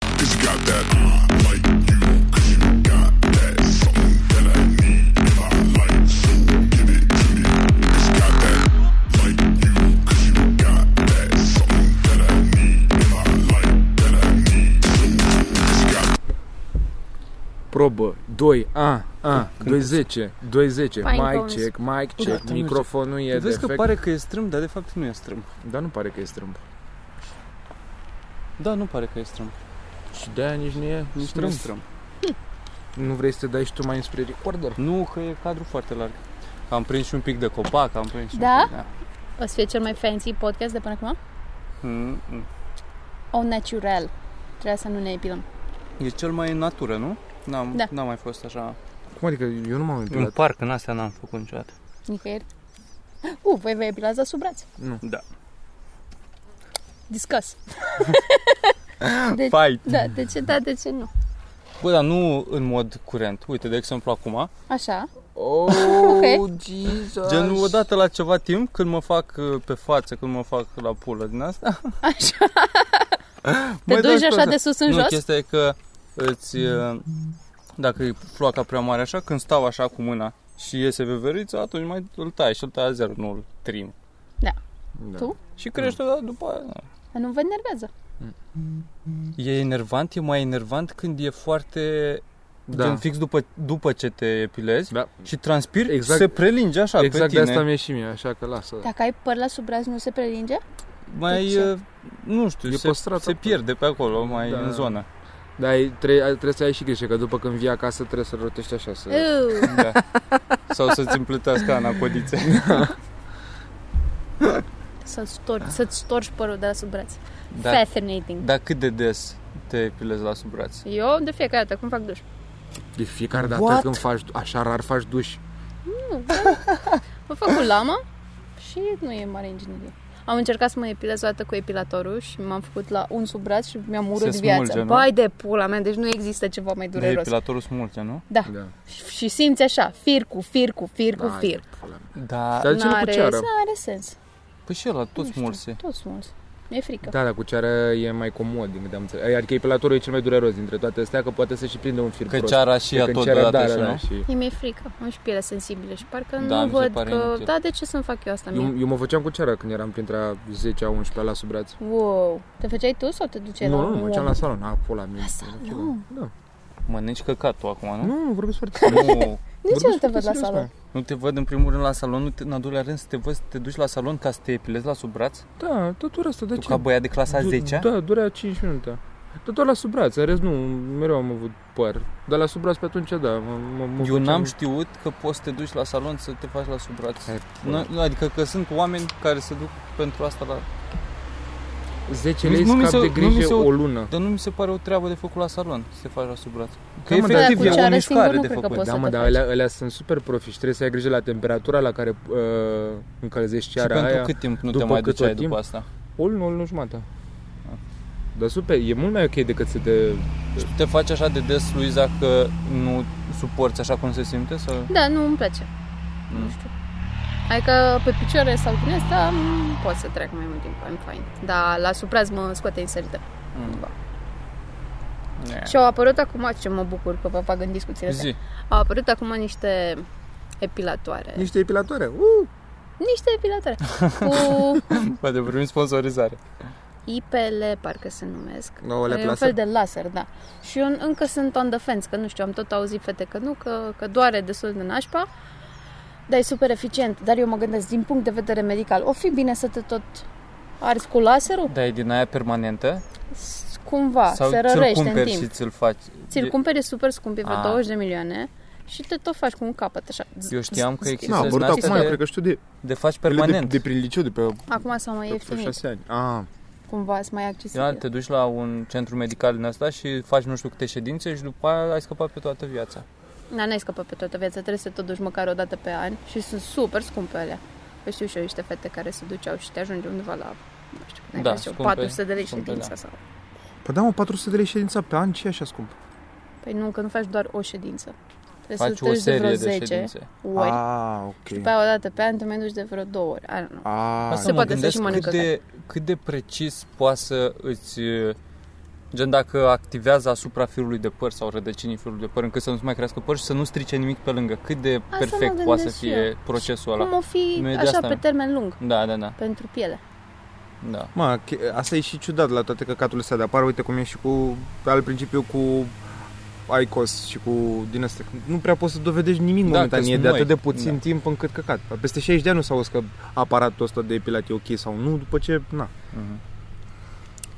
cause you got that. I like you cause you got that. Something that I need and I like, so give it to me. Cause you got that. Like you cause you got that. Something that I need and I like, that I need, so cause you got Probă, 2, a, Ah, a, 210, 210, Fine, mic promise. check, mic da, check, tu nu microfonul e Vezi că defect, pare că e strâmb, dar de fapt nu e strâmb. dar nu pare că e strâmb. Da, nu pare că e strâmb. Și de-aia nici nu e Nici nu e strâmb. strâmb. Nu vrei să te dai și tu mai înspre recorder? Nu, că e cadru foarte larg. Am prins și un pic de copac, am prins și Da? un pic, da. O să fie cel mai fancy podcast de până acum? Mm, mm. O natural. Trebuie să nu ne epilăm. E cel mai în natură, nu? N-am, Da. n-am mai fost așa. Cum adică eu nu m-am În uitat? parc, în astea n-am făcut niciodată. Nicăieri. U, voi vă epilați la sub braț. Da. Discuss. de, Fight! da, de ce da, de ce nu? Bă, dar nu în mod curent. Uite, de exemplu, acum, Așa. Oh, Jesus! gen odată la ceva timp, când mă fac uh, pe față, când mă fac la pulă din asta... Așa. Te mă dau duci și așa pe- de sus în nu, jos? chestia e că îți, uh, dacă e floaca prea mare așa, când stau așa cu mâna și iese veverița, atunci mai îl tai și îl tai la zero, nu îl trim. Da. tu? Și crește, dar după aia... da. na. Dar Nu vă enervează. E enervant, e mai enervant când e foarte... Da. Da. Gen fix după, după ce te epilezi Da. și transpiri, exact, Exact- se prelinge așa Exact pe de tine. asta mi-e și mie, așa că lasă. Dacă ai păr la sub braț, nu se prelinge? De mai, ce? uh, nu știu, E se, păstrat se acolo. pierde pe acolo, mai Da. în zonă. Dar ai- tre- ai- trebuie să ai și grijă, că după când vii acasă trebuie să rotești așa, să... Eu. Da. Sau să-ți împletească ana codițe. Să-ți storci, să-ți storci părul de la sub braț. Dar, Fascinating. dar cât de des te epilezi la sub braț? Eu de fiecare dată, cum fac duș. De fiecare dată What? când faci, așa rar faci duș. Mă fac cu lama și nu e mare inginerie. Am încercat să mă epilez o dată cu epilatorul și m-am făcut la un sub braț și mi-am urât Se viața. smulge, nu? Bai de pula mea, deci nu există ceva mai De dureros. epilatorul smulge, nu? Da. Da. Și- Și simți așa, fir cu fir cu fir cu Da, fir. pula mea. Da. Dar de ce nu cu N-are, ceară? n-are sens. Păi și ăla Nu tot știu, smulse. Toți mulți. Mi-e frică. Da, dar cu ceară e mai comod, din câte am înțeles. Adică epilatorul e cel mai dureros dintre toate astea, că poate să și prinde un fir Că prost. ceara și Pe ea când tot ceara, deodată da, și da, da, nu? și E mi-e frică, am și pielea sensibilă și parcă Da, mi se nu văd pare că... inutil. Da, de ce să-mi fac eu asta mie? eu, eu mă făceam cu ceara când eram printre a 10-a, 11-a la sub braț. Wow. Te făceai tu sau te duceai nu, la nu, mă un duceam om? la salon. A, pula mea. La salon? Da. Mănânci căcatul acum, nu? Nu, nu vorbesc foarte serios. Nu, Nici eu nu Vorbesc te foarte văd la serios, salon. mă. nu te văd în primul rând la salon, nu te, în al doilea rând să te văd să te duci la salon ca să te epilezi la sub braț? Da, tot ura asta, de Tu ce? ca băiat de clasa Du- 10 Da, durea 5 minute. Dar doar la sub braț, în rest nu, mereu am avut păr. Dar la sub braț pe atunci, da, mă, mă, mă Eu făceam- n-am știut că poți să te duci la salon să te faci la sub braț. Hai, pula. Nu, adică că sunt oameni care se duc pentru asta la... 10 Nu- lei nu mi scap se- de nu mi se grijă ud- o lună. Dar nu mi se pare o treabă de făcut la salon să te faci la sub braț. Că Da, mă, dar efectiv cu e o ceară singură mișcare nu de cred că făcut. poți. Da, să mă, te dar faci. alea, alea sunt super profi și trebuie să ai grijă la temperatura la care uh, încălzești Și ceara pentru aia. cât timp nu te după mai cât duceai tot timp? după asta? O lună, o lună jumătate. Dar super, e mult mai ok decât să te... Te faci așa de des, Luiza, că nu suporți așa cum se simte? Sau... Da, nu îmi place. Mm. Nu știu. Adică pe picioare sau din asta m, pot să trec mai mult timp, I'm fine. Dar la supraz mă scoate inserită. Mm. Ne. Da. Și au apărut acum, ce mă bucur că vă fac în discuțiile astea. Da. Zi. Au apărut acum niște epilatoare. Niște epilatoare. Uh! Niște epilatoare. Cu Poate primim sponsorizare. IPL, parcă se numesc. Nouă e un fel de laser, da. Și eu încă sunt on the fence, că nu știu, am tot auzit fete că nu, că, că doare destul de nașpa, dar e super eficient. Dar eu mă gândesc, din punct de vedere medical, o fi bine să te tot arzi cu laserul? Da, e din aia permanentă? S- Cumva, sau Da, se ți-l rărește în cumperi timp. și ți-l faci? Ți-l E- cumperi e super scump, e vreo Ah. 20 de milioane și te tot faci cu un capăt, așa. Z- Eu știam că z- există Nu, a din apărut acum, astea eu de, cred că știu de... de faci De, permanent. de prin liceu, de pe, Acum s-a mai pe, pe ieftinit, 6 ani. Ah. cumva, sunt mai Da, accesibil. te duci la un centru medical din asta și faci nu știu câte ședințe și după aia ai scăpat pe toată viața. Da, n-ai scăpat pe toată viața, trebuie să te duci măcar o dată pe an și sunt super scumpe alea. Că știu și eu niște fete care se duceau și te ajunge undeva la, nu știu, n-ai Da, da, scumpe, scumpe, 400 de lei scumpe, ședința da. sau... Păi da, mă, 400 de lei ședința pe an, ce e așa scump? Păi nu, că nu faci doar o ședință. Trebuie faci să o te duci de vreo serie 10 ședințe. ori. A, Ah, și ok. pe aia o dată pe an te mai duci de vreo două ori. I don't know. Ah, Asta mă Se poate să da. gândesc și mănâncă cât de, cât de precis poate să îți Gen dacă activează asupra firului de păr sau rădăcinii firului de păr încât să nu mai crească păr și să nu strice nimic pe lângă. Cât de mă perfect poate să gândesc și fie eu. procesul ăla. Cum o fi Nu e de așa asta. pe termen lung Da, da, da, pentru piele. da. Mă, che- asta e și ciudat la toate căcaturile astea de apar. Uite cum e și cu, al principiu, cu ICOS și cu din astea. Nu prea poți să dovedești nimic Da, momentan. că-s E de noi. atât de puțin Da. timp încât căcat. Peste 60 de ani nu s-a că aparatul ăsta de epilat e ok sau nu, după ce, na. Mhm.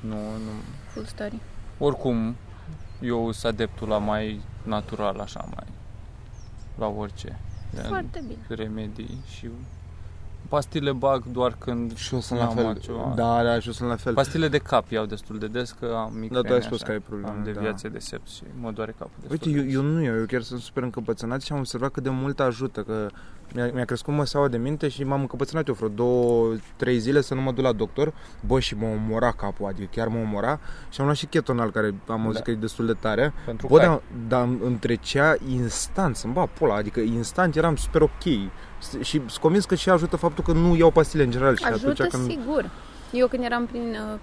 Nu, nu. Full story. Oricum, eu sunt adeptul la mai natural, așa, mai la orice. Gen Foarte bine. remedii și pastile bag doar când Și eu sunt la fel. Da, da, și eu sunt la fel. Pastile de cap iau destul de des că am Da, micrene tu ai spus așa. că ai probleme. Am da. deviație de seps și mă doare capul Uite, destul eu, de eu nu, eu, eu chiar sunt super încăpățânat și am observat cât de mult ajută, că mi-a, mi-a crescut măseaua de minte și m-am încăpățânat eu vreo două, trei zile să nu mă duc la doctor, bă, și mă omora capul, adică chiar mă omora și am luat și ketonal, care am auzit Da. că e destul de tare, Pentru bă, da. că ai- dar, dar îmi trecea instant, să-mi ba pula, adică instant eram super ok S- și sunt convins că și ajută faptul că nu iau pastile în general și Ajută atunci când... sigur. Eu când eram prin... uh,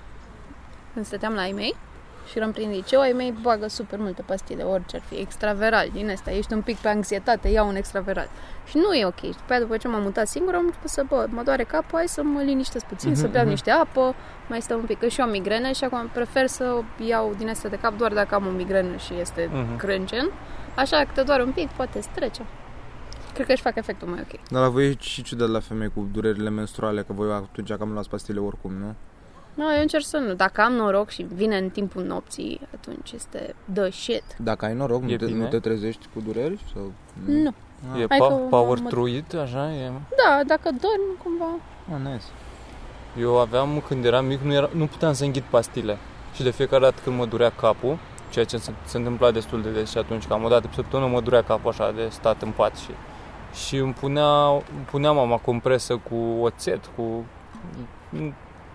Când stăteam la ai mei și eram prin liceu, ai mei bagă super multe pastile, orice ar fi, extraveral din asta. Ești un pic pe anxietate, iau un extraveral. Și nu e ok. Și după aia, după ce m-am mutat singură, am început să, bă, mă doare capul, hai să mă liniștesc puțin, Mhm, să beau mhm. niște apă, mai stau un pic, că și eu am migrenă și acum prefer să iau din asta de cap doar dacă am o migrenă și este Mhm. crâncen. Așa că te doare un pic, poate îți trece. Cred că își fac efectul mai ok. Dar la voi e și ciudat la femei cu durerile menstruale, că voi atunci cam luați pastile oricum, nu? Nu, eu încerc să nu. Dacă am noroc și vine în timpul nopții, atunci este the shit. Dacă ai noroc, E nu te, bine? nu te trezești cu dureri? Sau... Nu. des. E Hai că pa- mă- power mă- truit, așa e. Da, dacă dorm cumva. Ah, nice. Eu aveam, când eram mic, nu, era, nu puteam să înghit pastile. Și de fiecare dată când mă durea capul, ceea ce se, se întâmpla destul de des și atunci, cam o dată pe săptămână mă durea capul așa de stat în pat și... Și îmi punea, îmi punea mama compresă cu oțet, cu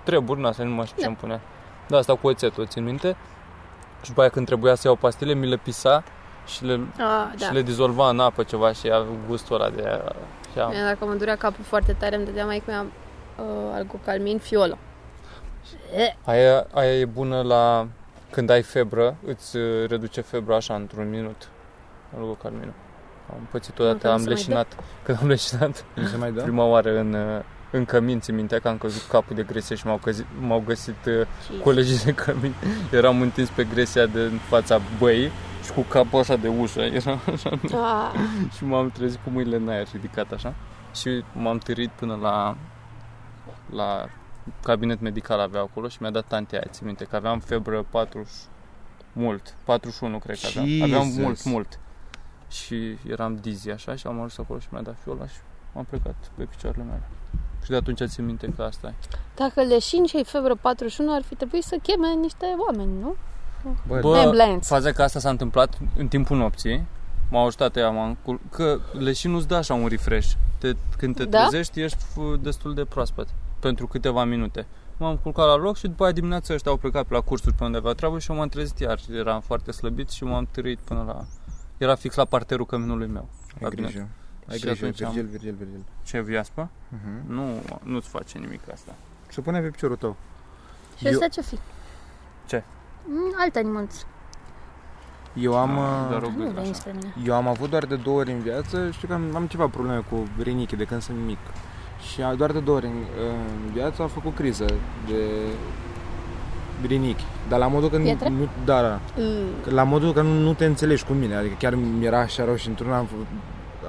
treburi din astea, nu mai știu ce Da. îmi punea. Da, asta cu oțet, o țin minte. Și după aia când trebuia să iau pastile, mi le pisa și le, A, da. da. și le dizolva în apă ceva și avea gustul ăla de... Și am, Da. Mie, Dacă mă durea capul foarte tare, îmi dădea mai mea uh, algocalmin fiolă. Eh. Aia, aia e bună la când ai febră, îți uh, reduce febra așa într-un minut. Algocarminul. Am pățit că odată, nu am se mai Da. dă. leșinat, când am leșinat Nu se mai dă? prima oară în, uh, în cămin, țin mintea că am căzut capul de gresie și m-au, căzit, m-au găsit uh, Jesus. colegii de cămin. Eram întins pe gresia de în fața băii și cu capul așa de ușă. Era, Ah, și m-am trezit cu mâinile în aer ridicat așa și m-am târit până la la cabinet medical avea acolo și mi-a dat tantea aia, țin minte, că aveam febră 40 mult, 41 cred că aveam, aveam Jesus. mult, mult și eram dizzy așa și am ajuns acolo și mi-a dat fiola și am plecat pe picioarele mele și de atunci țin minte că asta e. dacă leșin și ai febră 41, ar fi trebuit să cheme niște oameni, nu? Bă, Ambulance. faza că asta s-a întâmplat în timpul nopții. M-a ajutat ea, m-a încul... Că leșinul îți dă așa un refresh. Te, când te Da? trezești, ești f- destul de proaspăt pentru câteva minute. M-am culcat la loc și după aia dimineața ăștia au plecat pe la cursuri pe unde aveau treabă și eu m-am trezit iar. Eram foarte slăbit și m-am târit până la... Era fix la parterul căminului meu. Ai Cabinet. grijă. Ai Și grijă, atunci am- Virgil, Virgil, Virgil. Ce viaspă? Uh-huh. Nu, nu-ți face nimic asta. Se pune pe piciorul tău. Și ăsta ce fi? Ce? Mm, alt animăluț. Eu am, doar Da, o uh, Nu gât, veni așa. spre mine. eu am avut doar de două ori în viață, știu că am, am ceva probleme cu rinichi de când sunt mic. Și a- doar de două ori în, în viață am făcut criză de rinichi. Dar la modul că nu, Pietre? nu da, da, Mm. Că la modul că nu, nu te înțelegi cu mine, adică chiar mi era așa rău și într-una am făcut-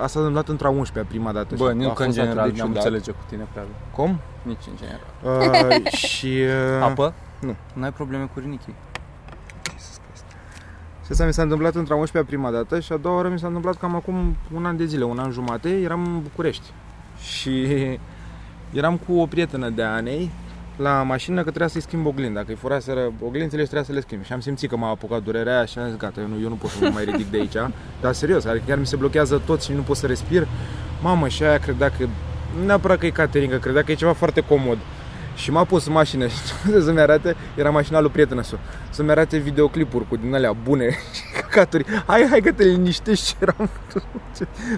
Asta am dat într-a 11 prima dată. Bă, și a nu fost că în atât de general ne-am ciudat. înțelege cu tine prea bine. Cum? Nici în general. Uh, și... Uh, Apă? Nu. Nu ai probleme cu rinichii. Și asta mi s-a întâmplat într-a 11-a prima dată și a doua oară mi s-a întâmplat cam acum un an de zile, un an jumate, eram în București și eram cu o prietenă de anei la mașină că trebuia să-i schimb oglinda, că îi furaseră oglinzile și trebuia să le schimb. Și am simțit că m-a apucat durerea aia și am zis, gata, eu nu, eu nu pot să mă mai ridic de aici. Dar serios, adică chiar mi se blochează tot și nu pot să respir. Mamă, și aia credea că, nu neapărat că e cateringă, credea că e ceva foarte comod. Și m-a pus în mașină și să-mi arate, era mașina lui prietena să să-mi arate videoclipuri cu din alea bune păcaturi. Hai, hai că te liniștești ce eram. Tu,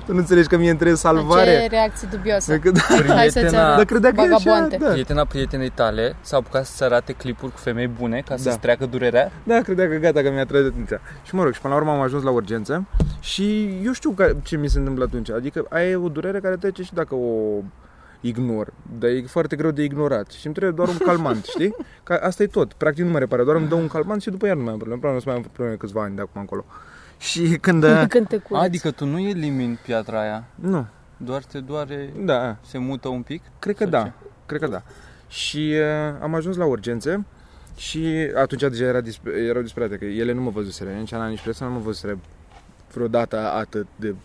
tu nu înțelegi că mie îmi trebuie Ce salvare. reacție dubioasă. Dacă, da, Hai să-ți Prietena- dar arăt. credea că e așa, Vagabonte. da. Prietena prietenei tale s-a apucat să arate clipuri cu femei bune ca să-ți Da. treacă durerea. Da, credea că gata, că mi-a trăit atenția. Și mă rog, și până la urmă am ajuns la urgență și eu știu ca, ce mi se întâmplă atunci. Adică aia e o durere care trece și dacă o ignor. Dar e foarte greu de ignorat. Și îmi trebuie doar un calmant, știi? Ca asta e tot. Practic nu mă repară, doar îmi dă un calmant și după iar nu mai am probleme. Probabil nu o să mai am probleme câțiva ani de acum încolo. Și când... uh, Când te curăți. Adică tu nu elimini piatra aia, nu, doar te doare, da, se mută un pic. Cred că Sau da, ce? cred că da. Și uh, am ajuns la urgențe și atunci deja era disp- erau disperate, că ele nu mă văzuseră, nici Ana, nici presa nu mă văzuseră vreodată atât de...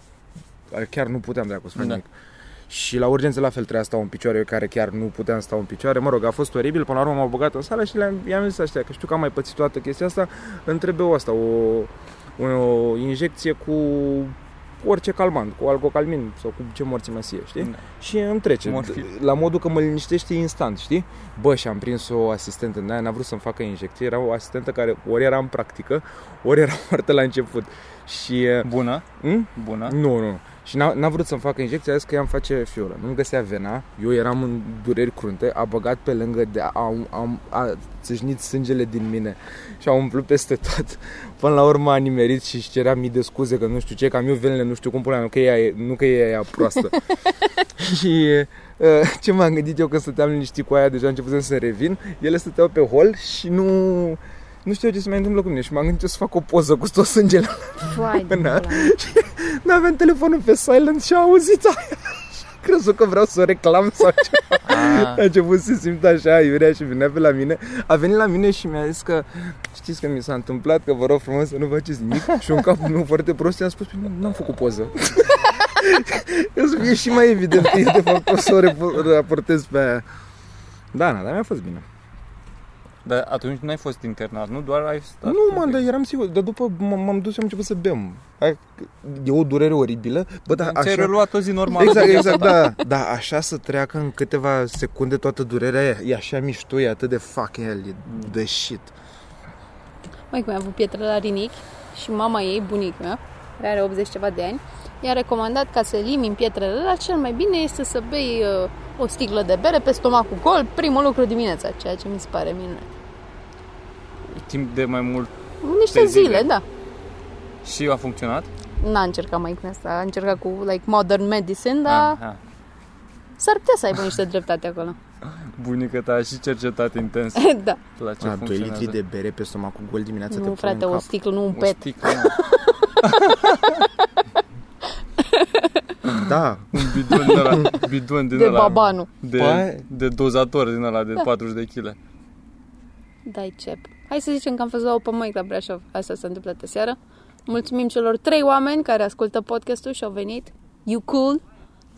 Chiar nu puteam de acolo să fac Da. nimic. Și la urgențe la fel trebuia să stau în picioare, eu care chiar nu puteam sta în picioare. Mă rog, a fost oribil, până la urmă m-au băgat în sală și le-am, i-am zis așa, că știu că am mai pățit toată chestia asta, îmi trebuie o asta, o, o injecție cu orice calmant, cu algocalmin sau cu ce morții mai sie, știi? Da. Și îmi trece. Morfin. D- La modul că mă liniștește instant, știi? Bă, și am prins o asistentă în aia, n-a vrut să-mi facă injecție. Era o asistentă care ori era în practică, ori era foarte la început. Și... Bună, Hm? bună. Nu, nu. Și n-a, n-a vrut să-mi facă injecția, a zis că i-am face fioră. Nu-mi găsea vena, eu eram în dureri crunte, a băgat pe lângă, de, a, a, a țâșnit sângele din mine și a umplut peste tot. Până la urmă a nimerit și își cerea mii de scuze că nu știu ce, că am eu venele, nu știu cum pula, mea, nu că ea e, nu că ea e proastă. și uh, ce m-am gândit eu când stăteam liniștit cu aia, deja începusem să revin, ele stăteau pe hol și nu... Nu știu ce se mai întâmplă cu mine și m-am gândit eu să fac o poză cu tot sângele Vai, de Până- pula. N-aveam telefonul pe silent și a auzit aia și a crezut că vreau să o reclam sau ce. Ah, A început să simt așa iurea și venea pe la mine. A venit la mine și mi-a zis că știți că mi s-a întâmplat, că vă rog frumos să nu faceți nimic. Și un capul meu foarte prost i-a spus, "Păi nu, n-am făcut poză. Eu zic, e și mai evident că eu de fapt o să o repo- raportez pe aia. Da, na, dar mi-a fost bine. dar atunci nu ai fost internat, nu? Doar ai stat. nu, mă, dar eram sigur. Dar după m- m-am dus și am început să bem. Ai- E o durere oribilă. Bă, dar Ți-ai așa... reluat o zi normală. Exact, de viața exact, ta. da. Da, așa să treacă în câteva secunde toată durerea aia. E așa mișto, e atât de fucking hell, e de shit. Mai cum avut pietre la rinichi și mama ei, bunica mea, care are 80 ceva de ani, i-a recomandat ca să elimini pietrele la cel mai bine este să bei uh, o sticlă de bere pe stomacul gol, primul lucru dimineața, ceea ce mi se pare minunat. Timp de mai mult. Niște Pe zile, zile. zile, da. Și a funcționat? N-a încercat mai cum asta, a încercat cu like modern medicine, dar Aha. s-ar putea să aibă niște dreptate acolo. Bunica ta a și cercetat intens da. la ce A, 2 funcționează. Ah, litri de bere pe stomacul gol dimineața te Nu, pune frate, în o cap. sticlă, nu un O pet. sticlă, mă. Da, un bidon din ăla, bidon din De ăla, babanu. De, Păi- de dozator din ăla de 40 de kg. Dai cep. Hai să zicem că am fost la Open Mic la Brașov. Asta s-a întâmplat aseară. Mulțumim celor trei oameni care ascultă podcastul și au venit. You cool.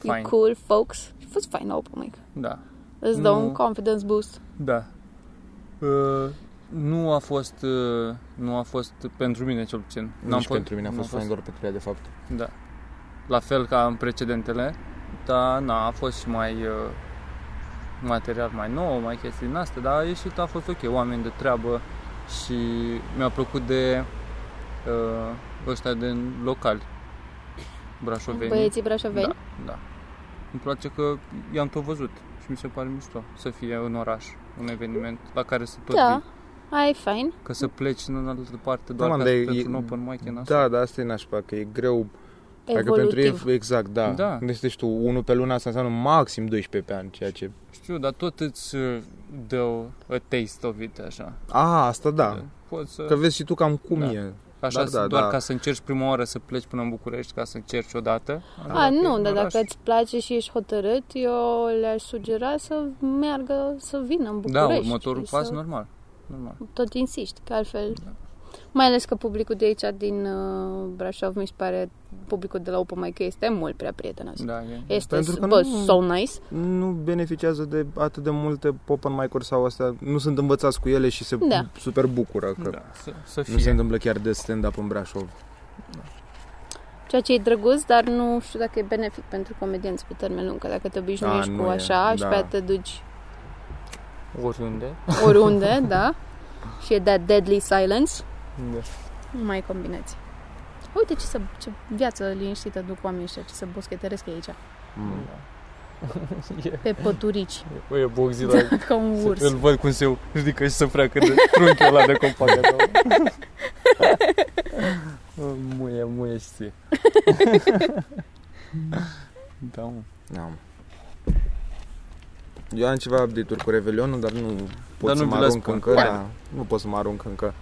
You Fine. cool, folks. A fost fain la Open Mic. Da. Îți Nu. dă un confidence boost. Da. Uh, nu a fost uh, nu a fost pentru mine cel puțin. N-am nici fost- pentru mine a nu fost fain doar pentru ea, de fapt. Da. La fel ca în precedentele, dar na, a fost și mai uh, material mai nou, mai chestii din astea, dar a ieșit, a fost ok, oameni de treabă și mi-a plăcut de uh, ăștia din locali, brașoveni. Băieții brașoveni. Da, da. Îmi place că i-am tot văzut și mi se pare mișto să fie în oraș un eveniment la care să tot Da. vii. Ai, fain. Că să pleci în altă parte doar Da, mă, da, ca dar e- pentru un e- open mic e nasol. Da, da, asta e nașpa, că e greu. Adică pentru Evolutiv. ei, exact, da. Da. Deci, deci tu, unul pe lună, asta înseamnă maxim 12 pe an, ceea ce... Știu, dar tot îți uh, dă o- a taste of it, așa. A, asta da. Poți să... Că vezi și tu cam cum Da. e. Așa, dar da, da, doar da. ca să încerci prima oară să pleci până în București, ca să încerci odată. A, nu, dar în oraș. dacă îți place și ești hotărât, eu le-aș sugera să meargă, să vină în Da, București. următorul și pas, să- normal. normal. tot insiști, că altfel... Da. Mai ales că publicul de aici, din uh, Brașov, mi se pare, publicul de la Open Mic este mult prea prietenos. Da, e. Este, Pentru că bă, nu- so nice. nu beneficiază de atât de multe open mic-uri sau astea, nu sunt învățați cu ele și se Da. da. super bucură că da. Da, să, să nu se fie. întâmplă chiar de stand-up în Brașov. Ceea ce e drăguț, dar nu știu dacă e benefic pentru comedianți pe termen lung, că dacă te obișnuiești Da, cu nu e, așa și da. pe aia te duci Oriunde. oriunde, da? Și e that deadly silence. Da. Nu mai e combinație. Uite ce, să, ce viață liniștită duc oamenii ăștia, ce să boschetăresc ei aici, Mm. E, pe păturici, bă, e boxila. ca un Da. urs. Îl văd cum se ridică și se freacă de trunchiul ăla de compactă. Mm, muie, muie și ție. da, mă. Da. mă. Eu am ceva update-uri cu Revelionul, dar nu pot Dar să nu mă vi le arunc spun. încă. Da, nu pot să mă arunc încă.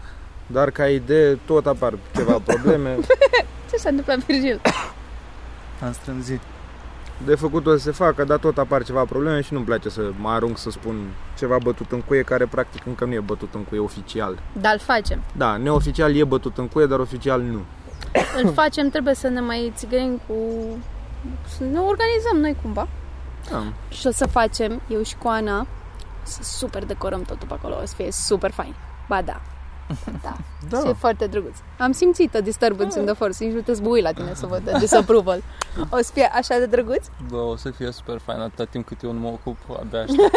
Dar ca idee, tot apar ceva probleme. Ce s-a întâmplat, Virgil? Am strânzit. De făcut o să se facă, dar tot apar ceva probleme și nu-mi place să mă arunc să spun ceva bătut în cuie, care practic încă nu e bătut în cuie oficial. Dar îl facem. Da, neoficial e bătut în cuie, dar oficial nu. Îl facem, trebuie să ne mai țigăim cu... Să ne organizăm noi cumva. Da. Și o să facem, eu și cu Ana, să super decorăm totul pe acolo. O să fie super fain. Ba da. Da. da. E foarte drăguț. Am simțit o disturbance in the force. Nici nu te zbui la tine să văd de disapproval. O să fie așa de drăguț? Da, o să fie super fain atâta timp cât eu nu mă ocup, abia aștept.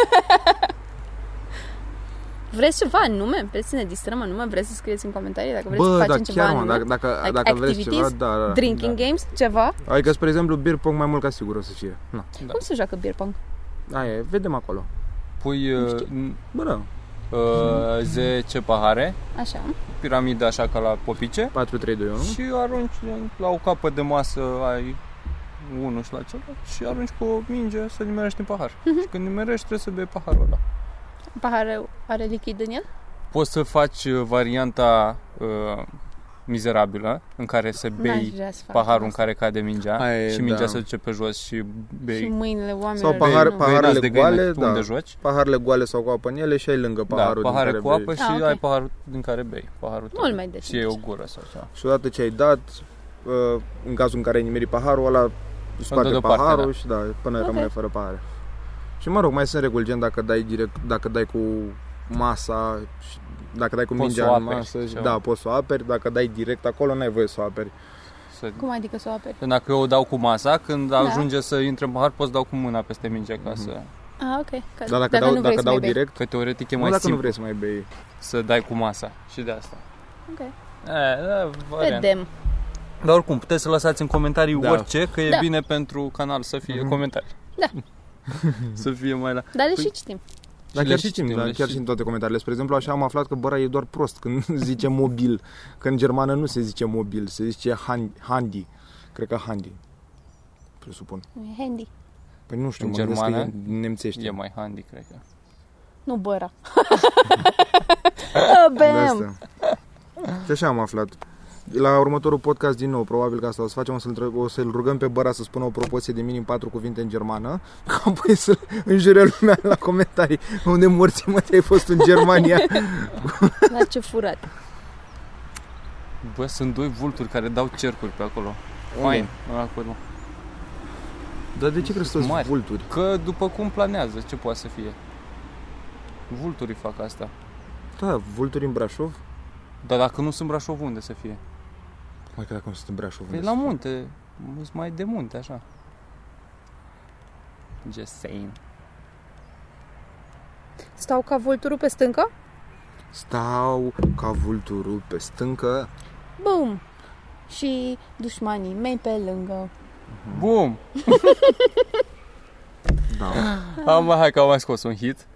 Vreți ceva anume? Vreți să ne distrăm anume? Vreți să scrieți în comentarii dacă vreți să Bă, da, facem ceva chiar, mă, anume? dacă, dacă, Like dacă vreți ceva, activities? da, da. Drinking games? Ceva? Adică, spre exemplu, beer pong mai mult ca sigur o să fie. Na. Cum se joacă beer pong? Aia, e, vedem acolo. Pui uh, n- Bă, da, uh, 10 pahare, Așa. piramidă așa ca la popice 4 3 2 1. și arunci la o capă de masă ai unul și la celălalt și arunci cu o minge să nimerești în pahar. Și când nimerești trebuie să bei paharul ăla. Paharul are lichid în el? Poți să faci uh, varianta uh, mizerabilă în care să N-aș bei vrea să fac paharul în asta. care cade mingea Aia e, și mingea da. se duce pe jos și Și bei mâinile oamenilor. Sau pahar- nu. pahar- bei nas paharele de găină goale, tu da. unde joci. Paharele goale sau cu apă în ele și ai lângă Da, paharul din pahare care cu bei. apă și Ah, ok. ai paharul din care bei. Paharul tău. Mult mai decent. Și e o gură sau ceva. Și odată ce ai dat, uh, în cazul în care ai nimerit paharul ăla, scoate dă deoparte, paharul și da, până Ok. rămâne fără pahare. Și mă rog, mai sunt reguli, gen dacă dai direct, dacă dai cu masa, și- dacă dai cu Poți mingea să o în aperi, masă, și, ceva. da, poți să o aperi, dacă dai direct acolo, n-ai voie să o aperi. Să... Cum adică să o aperi? Dacă eu o dau cu masa, când Da. ajunge să intre în pahar, pot să dau cu mâna peste minge ca să... Ah, ok. Că, Dar dacă, dau, nu vrei dacă să mai dau bei. direct, Că teoretic e nu mai dacă nu simplu vrei să mai bei. să dai cu masa și de asta. Ok. E, da, variant. Vedem. Dar oricum, puteți să lăsați în comentarii Da. orice, că e Da. bine pentru canal să fie comentarii. Da. să fie mai la... Dar le Păi- și citim. Dar Și chiar le și citim, da, le chiar și în toate comentariile. Spre exemplu, așa am aflat că Băra e doar prost când zice mobil, că în germană nu se zice mobil, se zice han- handi. Cred că handi. Presupun. E Handy. Păi nu știu, În mă gândesc germană? că e nemțește. E mai handy, cred că. Nu băra. Ah, De Bam! asta. Și așa am aflat. La următorul podcast din nou, probabil că asta o să facem, o să-l, întreb- o să-l rugăm pe Băra să spună o propoziție de minim patru cuvinte în germană, ca apoi să înjure lumea la comentarii unde morții mă te-ai fost în Germania. La ce furat. Bă, sunt doi vulturi care dau cercuri pe acolo. Fain, ăla cu urmă. Dar de ce crezi că sunt Mari. vulturi? Că după cum planează, ce poate să fie? Vulturii fac asta. Da, vulturi în Brașov? Dar dacă nu sunt Brașov, unde să fie? Mai că dacă nu sunt în Brașov. Păi unde la să- munte, sunt mai de munte, așa. Just saying. Stau ca vulturul pe stâncă? Stau ca vulturul pe stâncă. Bum! Și dușmanii mei pe lângă. Mm. Bum! Da. Am, hai că am mai scos un hit.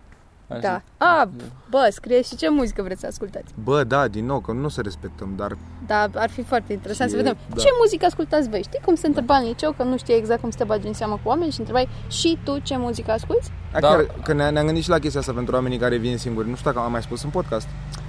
Așa. Da. A, bă, scrieți și ce muzică vreți să ascultați. Bă, da, din nou, că nu o să respectăm, dar Dar ar fi foarte interesant să E, vedem da. ce muzică ascultați voi. Știi cum se întreba în liceu, că nu știi exact cum să te bagi în seamă cu oameni și întrebai și tu ce muzică asculti? da. Da. Chiar, că ne- ne-am gândit și la chestia asta pentru oamenii care vin singuri. Nu știu dacă am mai spus în podcast.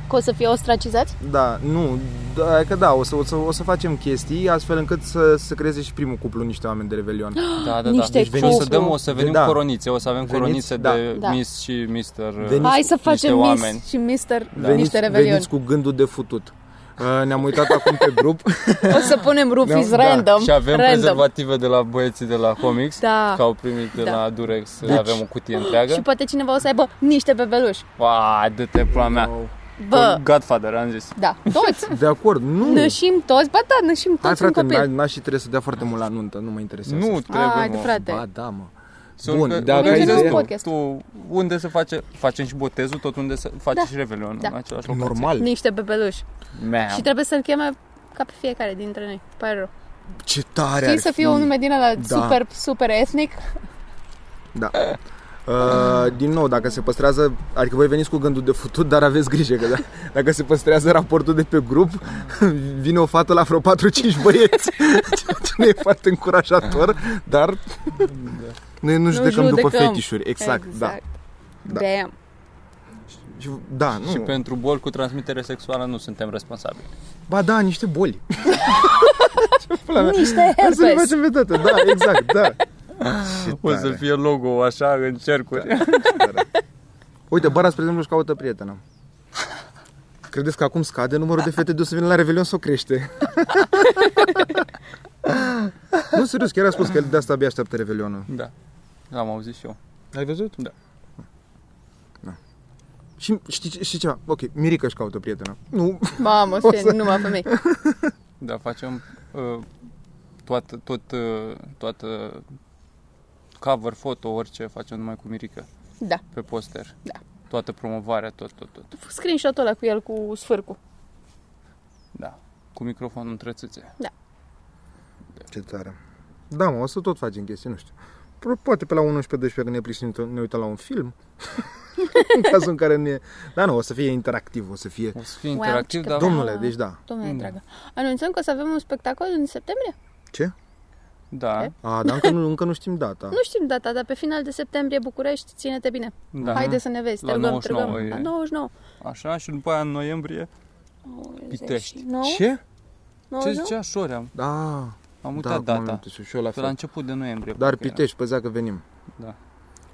Că o să fie ostracizați? Da, nu, da, e că da, o să, o, să, o să facem chestii astfel încât să, să creeze și primul cuplu niște oameni de Revelion. Da, da, Niște da. Deci veniți să cuplu. dăm, o să venim Da. da. coronițe, o să avem Veniți, coronițe da. de Da. Miss și Mister. uh, Veniți- Hai să facem niște Miss oameni. și Mister da. niște Veniți, reveliuni. veniți cu gândul de futut. Uh, ne-am uitat acum pe grup. O să punem Rufis Da. random. Și avem random. prezervative de la băieții de la Comics, Da. că au primit de Da. la Durex, Deci- avem o cutie întreagă. Și poate cineva o să aibă niște bebeluși. Ba, dă-te pula mea. Bă, Godfather, am zis. da, toți. Mm. De acord, nu. Nășim toți, ba da, nășim toți Hai un frate, copil. na- nașii trebuie să dea foarte mult la nuntă, nu mă interesează. Nu uh, Hai, trebuie, de mă. frate. Ba da, mă. Să Bun, orga- da, organizezi organizăm tu- un podcast. Tu, unde se face, facem și botezul, tot unde se face Da. și Revelion, Da. în același locație. Normal. Niște bebeluși. Man. Și trebuie să-l cheme Ca pe fiecare dintre noi. Îmi Pare rău. Ce tare Știi ar să fi. fie un nume din ăla Da. super, super etnic? Uh, din nou, dacă se păstrează, adică voi veniți cu gândul de futut, dar aveți grijă că da, dacă se păstrează raportul de pe grup, vine o fată la vreo 4-5 băieți, ceea ce nu e foarte încurajator, dar noi nu judecăm, după judecăm. fetișuri, exact, da. Da. Da. Damn. Și, da, nu. Și pentru boli cu transmitere sexuală nu suntem responsabili. Ba da, niște boli. ce pula mea. Niște Hai să ne herpes. facem vedete, da, exact, da. Ce O să tare. fie logo așa în cercuri. Uite, Bara, spre exemplu, își caută prietenă. Credeți că acum scade numărul de fete de o să vină la Revelion sau crește? nu, serios, chiar a spus că el de asta abia așteaptă Revelionul. Da. L-am auzit și eu. Ai văzut? Da. Da. Și știi, ce- știi ceva? Ok, Mirica își caută prietenă. Nu, Mamă, O sunt să- numai femei. Da, facem uh, toată, tot, uh, toată cover, foto, orice facem numai cu Mirica Da. pe poster. Da. Toată promovarea, tot, tot, tot. Screenshot-ul ăla cu el cu sfârcul. Da. Cu microfonul între țâțe. ce tare. Da, mă, o să tot facem chestii, nu știu. Pro- Poate pe la 11-12 când ne plictim, ne uităm la un film. în cazul în care ne... Da, nu, o să fie interactiv, o să fie... O să fie Wow, interactiv, ce dar tare. Domnule, deci da. Domnule Da. dragă. Anunțăm că o să avem un spectacol în septembrie? Ce? da, A, dar încă nu, încă nu știm data. Nu știm data, dar pe final de septembrie București, ține-te bine. da. Haide să ne vezi, La târgăm, 99 târgăm. e. La 99. Așa și după aia în noiembrie. Pitești. 99? Ce? Ce 99? zicea Șore? Am, Da, am da, uitat acum da, mi-am data. amintit și eu la Pe la fel. început de noiembrie. Dar cred că era. Pitești, păzea că venim.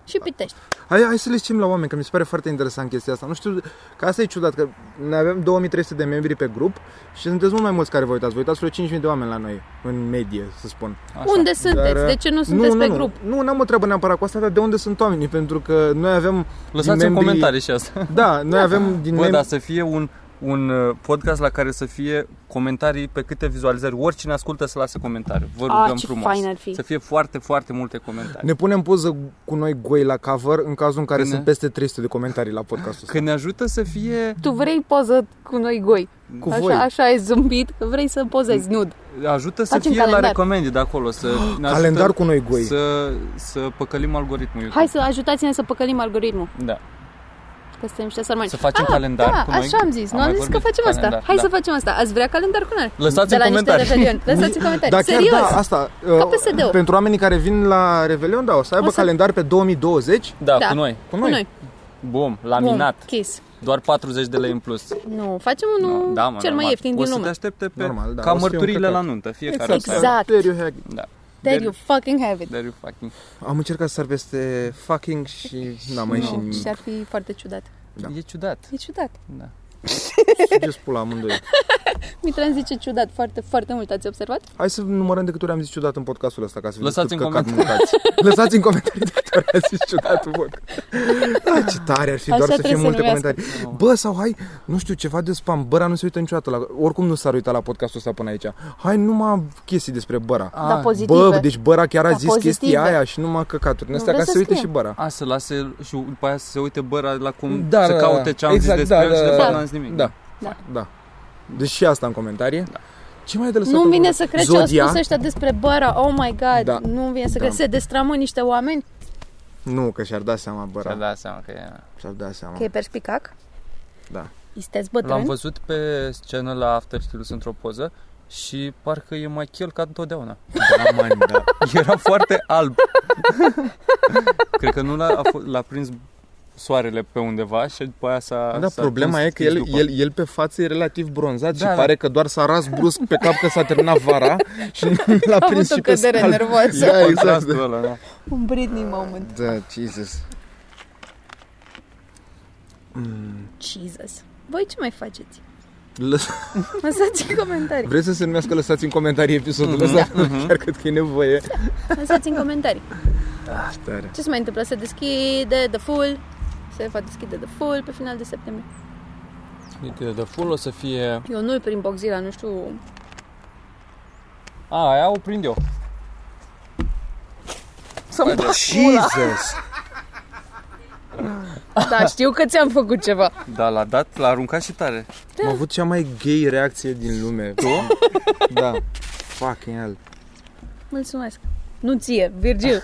Și Pitești. Hai, hai să le zicem la oameni, că mi se pare foarte interesant chestia asta. Nu știu, că asta e ciudat, că ne avem 2300 de membri pe grup și sunteți mult mai mulți care vă uitați. Vă uitați vreo 5000 de oameni la noi, în medie, să spun. Așa. uh, Unde sunteți? Dar, de ce nu sunteți nu, pe nu, grup? Nu, n-am o treabă neapărat cu asta, dar de unde sunt oamenii? Pentru că noi avem... Lăsați din în membrii- comentarii și asta. Da, noi avem din Bă, mem- dar să fie un, un uh, podcast la care să fie comentarii pe câte vizualizări. Oricine ascultă să lase comentarii. Vă Ah, rugăm ce frumos. fain ar fi. Să fie foarte, foarte multe comentarii. Ne punem poză cu noi goi la cover în cazul în care Bine. sunt peste 300 de comentarii la podcastul ăsta. Că ne ajută să fie... Tu vrei poză cu noi goi. Cu așa, voi. așa ai zâmbit, că vrei să pozezi Mm. nud. Ajută să Facem fie la calendar. recomandii de acolo. Să ne ajută Calendar cu noi goi. Să, să păcălim algoritmul YouTube. Hai să ajutați-ne să păcălim algoritmul, Da. că suntem niște sărmani. Să facem Ah, calendar da, cu noi. așa am zis. nu Am am mai zis că vorbit. facem Calendar, asta. Hai da. să facem asta. Ați vrea calendar cu noi? Lăsați de în la comentarii. Niște revelion. Lăsați în comentarii. Da, chiar Serios. da, asta. Ca uh, PSD-ul. Pentru oamenii care vin la Revelion, da, o să aibă O să- calendar pe 2020 Da, Da. cu noi. cu Cu noi. noi. Bum, Bun, laminat. Kiss. Doar 40 de lei în plus. Nu, facem unul No, da, mă, cel mai normal. ieftin o din să te lume. aștepte pe Normal, da, ca o să fie un mărturile la căcat. nuntă. Fiecare Exact. o să aibă. Exact. There you have it. Da. There you fucking have it. There you fucking. Am încercat să sar peste fucking și n-am mai ieșit Nu, nimic. și ar fi foarte ciudat. Da. E ciudat. E ciudat. Da. Sugeți pula amândoi. Mitran zice ciudat foarte, foarte mult. Ați observat? Hai să numărăm de câte ori am zis ciudat în podcastul ăsta ca să vedeți Lăsați cât în căcat comentarii. mâncați. Lăsați în comentarii de câte ori am zis ciudat în podcast. Ah, ce tare ar fi Așa doar să fie trebuie să multe numească. comentarii. Bă, sau hai, nu știu, ceva de spam. Băra nu se uită niciodată la... Oricum nu s-ar uita la podcastul ăsta până aici. Hai numai chestii despre Băra. Dar pozitive. Bă, deci Băra chiar a Da, zis chestia pozitive. aia și numai căcaturi. În Nu astea ca vrea să se să uite scrie. și Băra. A, să lase și după aia să se uite băra la cum Da, da, să da, caute da. ce am Exact, zis despre da, el și da, de fapt da. n-am zis nimic. Da. Da. Da. Da. Deci și asta în comentarii. Ce mai e de lăsat? Nu-mi în vine urmă? să cred ce au Zodia? spus ăștia despre Băra. Oh my god. Da. Nu-mi vine să Da. cred. Se destramă niște oameni. Nu, că și-ar da seama Și-a Băra. dat seama că e... Și-ar da seama. Că e perspicac. Da. Isteți L-am bătrâni. văzut pe scenă la After Tales într-o poză și parcă e mai chel ca întotdeauna. Da, man, da. Era foarte alb. Cred că nu l-a, a fost- l-a prins soarele pe undeva și după aia s-a... Da, s-a problema prins e că el, după. el, el pe față e relativ bronzat și Da, da. pare că doar s-a ras brusc pe cap că s-a terminat vara și nu l-a A prins avut o și pe cădere scalp. nervoasă. Da, exact. Contrastul ăla, da. Un Britney moment. Da, Jesus. Jesus. Voi ce mai faceți? Lăs- Lăsați în comentarii. Vreți să se numească lăsați în comentarii episodul Mhm. ăsta? Da. Chiar cred că e nevoie. Lăsați în comentarii. Ah, tare. Ce se mai întâmplă? Se deschide The Full. Se va deschide The Full pe final de septembrie. Uite, de full o să fie... Eu nu-l prin Boxila, nu știu. A, aia o prind eu. Jesus! Da, știu că ți-am făcut ceva. Da, l-a dat, l-a aruncat și tare. Am avut cea mai gay reacție din lume. Tu? Da. Fucking hell. Mulțumesc. Nu ție, Virgil.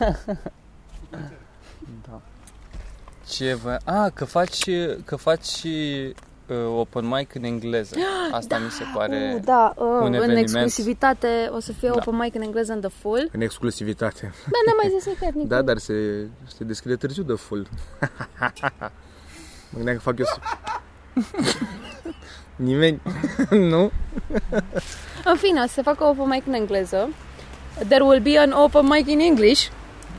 Ce vă... A, că faci, că faci și uh, open mic în engleză. Asta mi se pare... Uh, da, uh, în eveniment. exclusivitate o să fie Da. open mic în engleză în The Full. În exclusivitate. Da, n-am mai zis chiar nimic. Da, dar se, se descrie târziu de full. mă gândeam că fac eu să... Nimeni? nu? În fine, o să se facă open mic în engleză. There will be an open mic in English.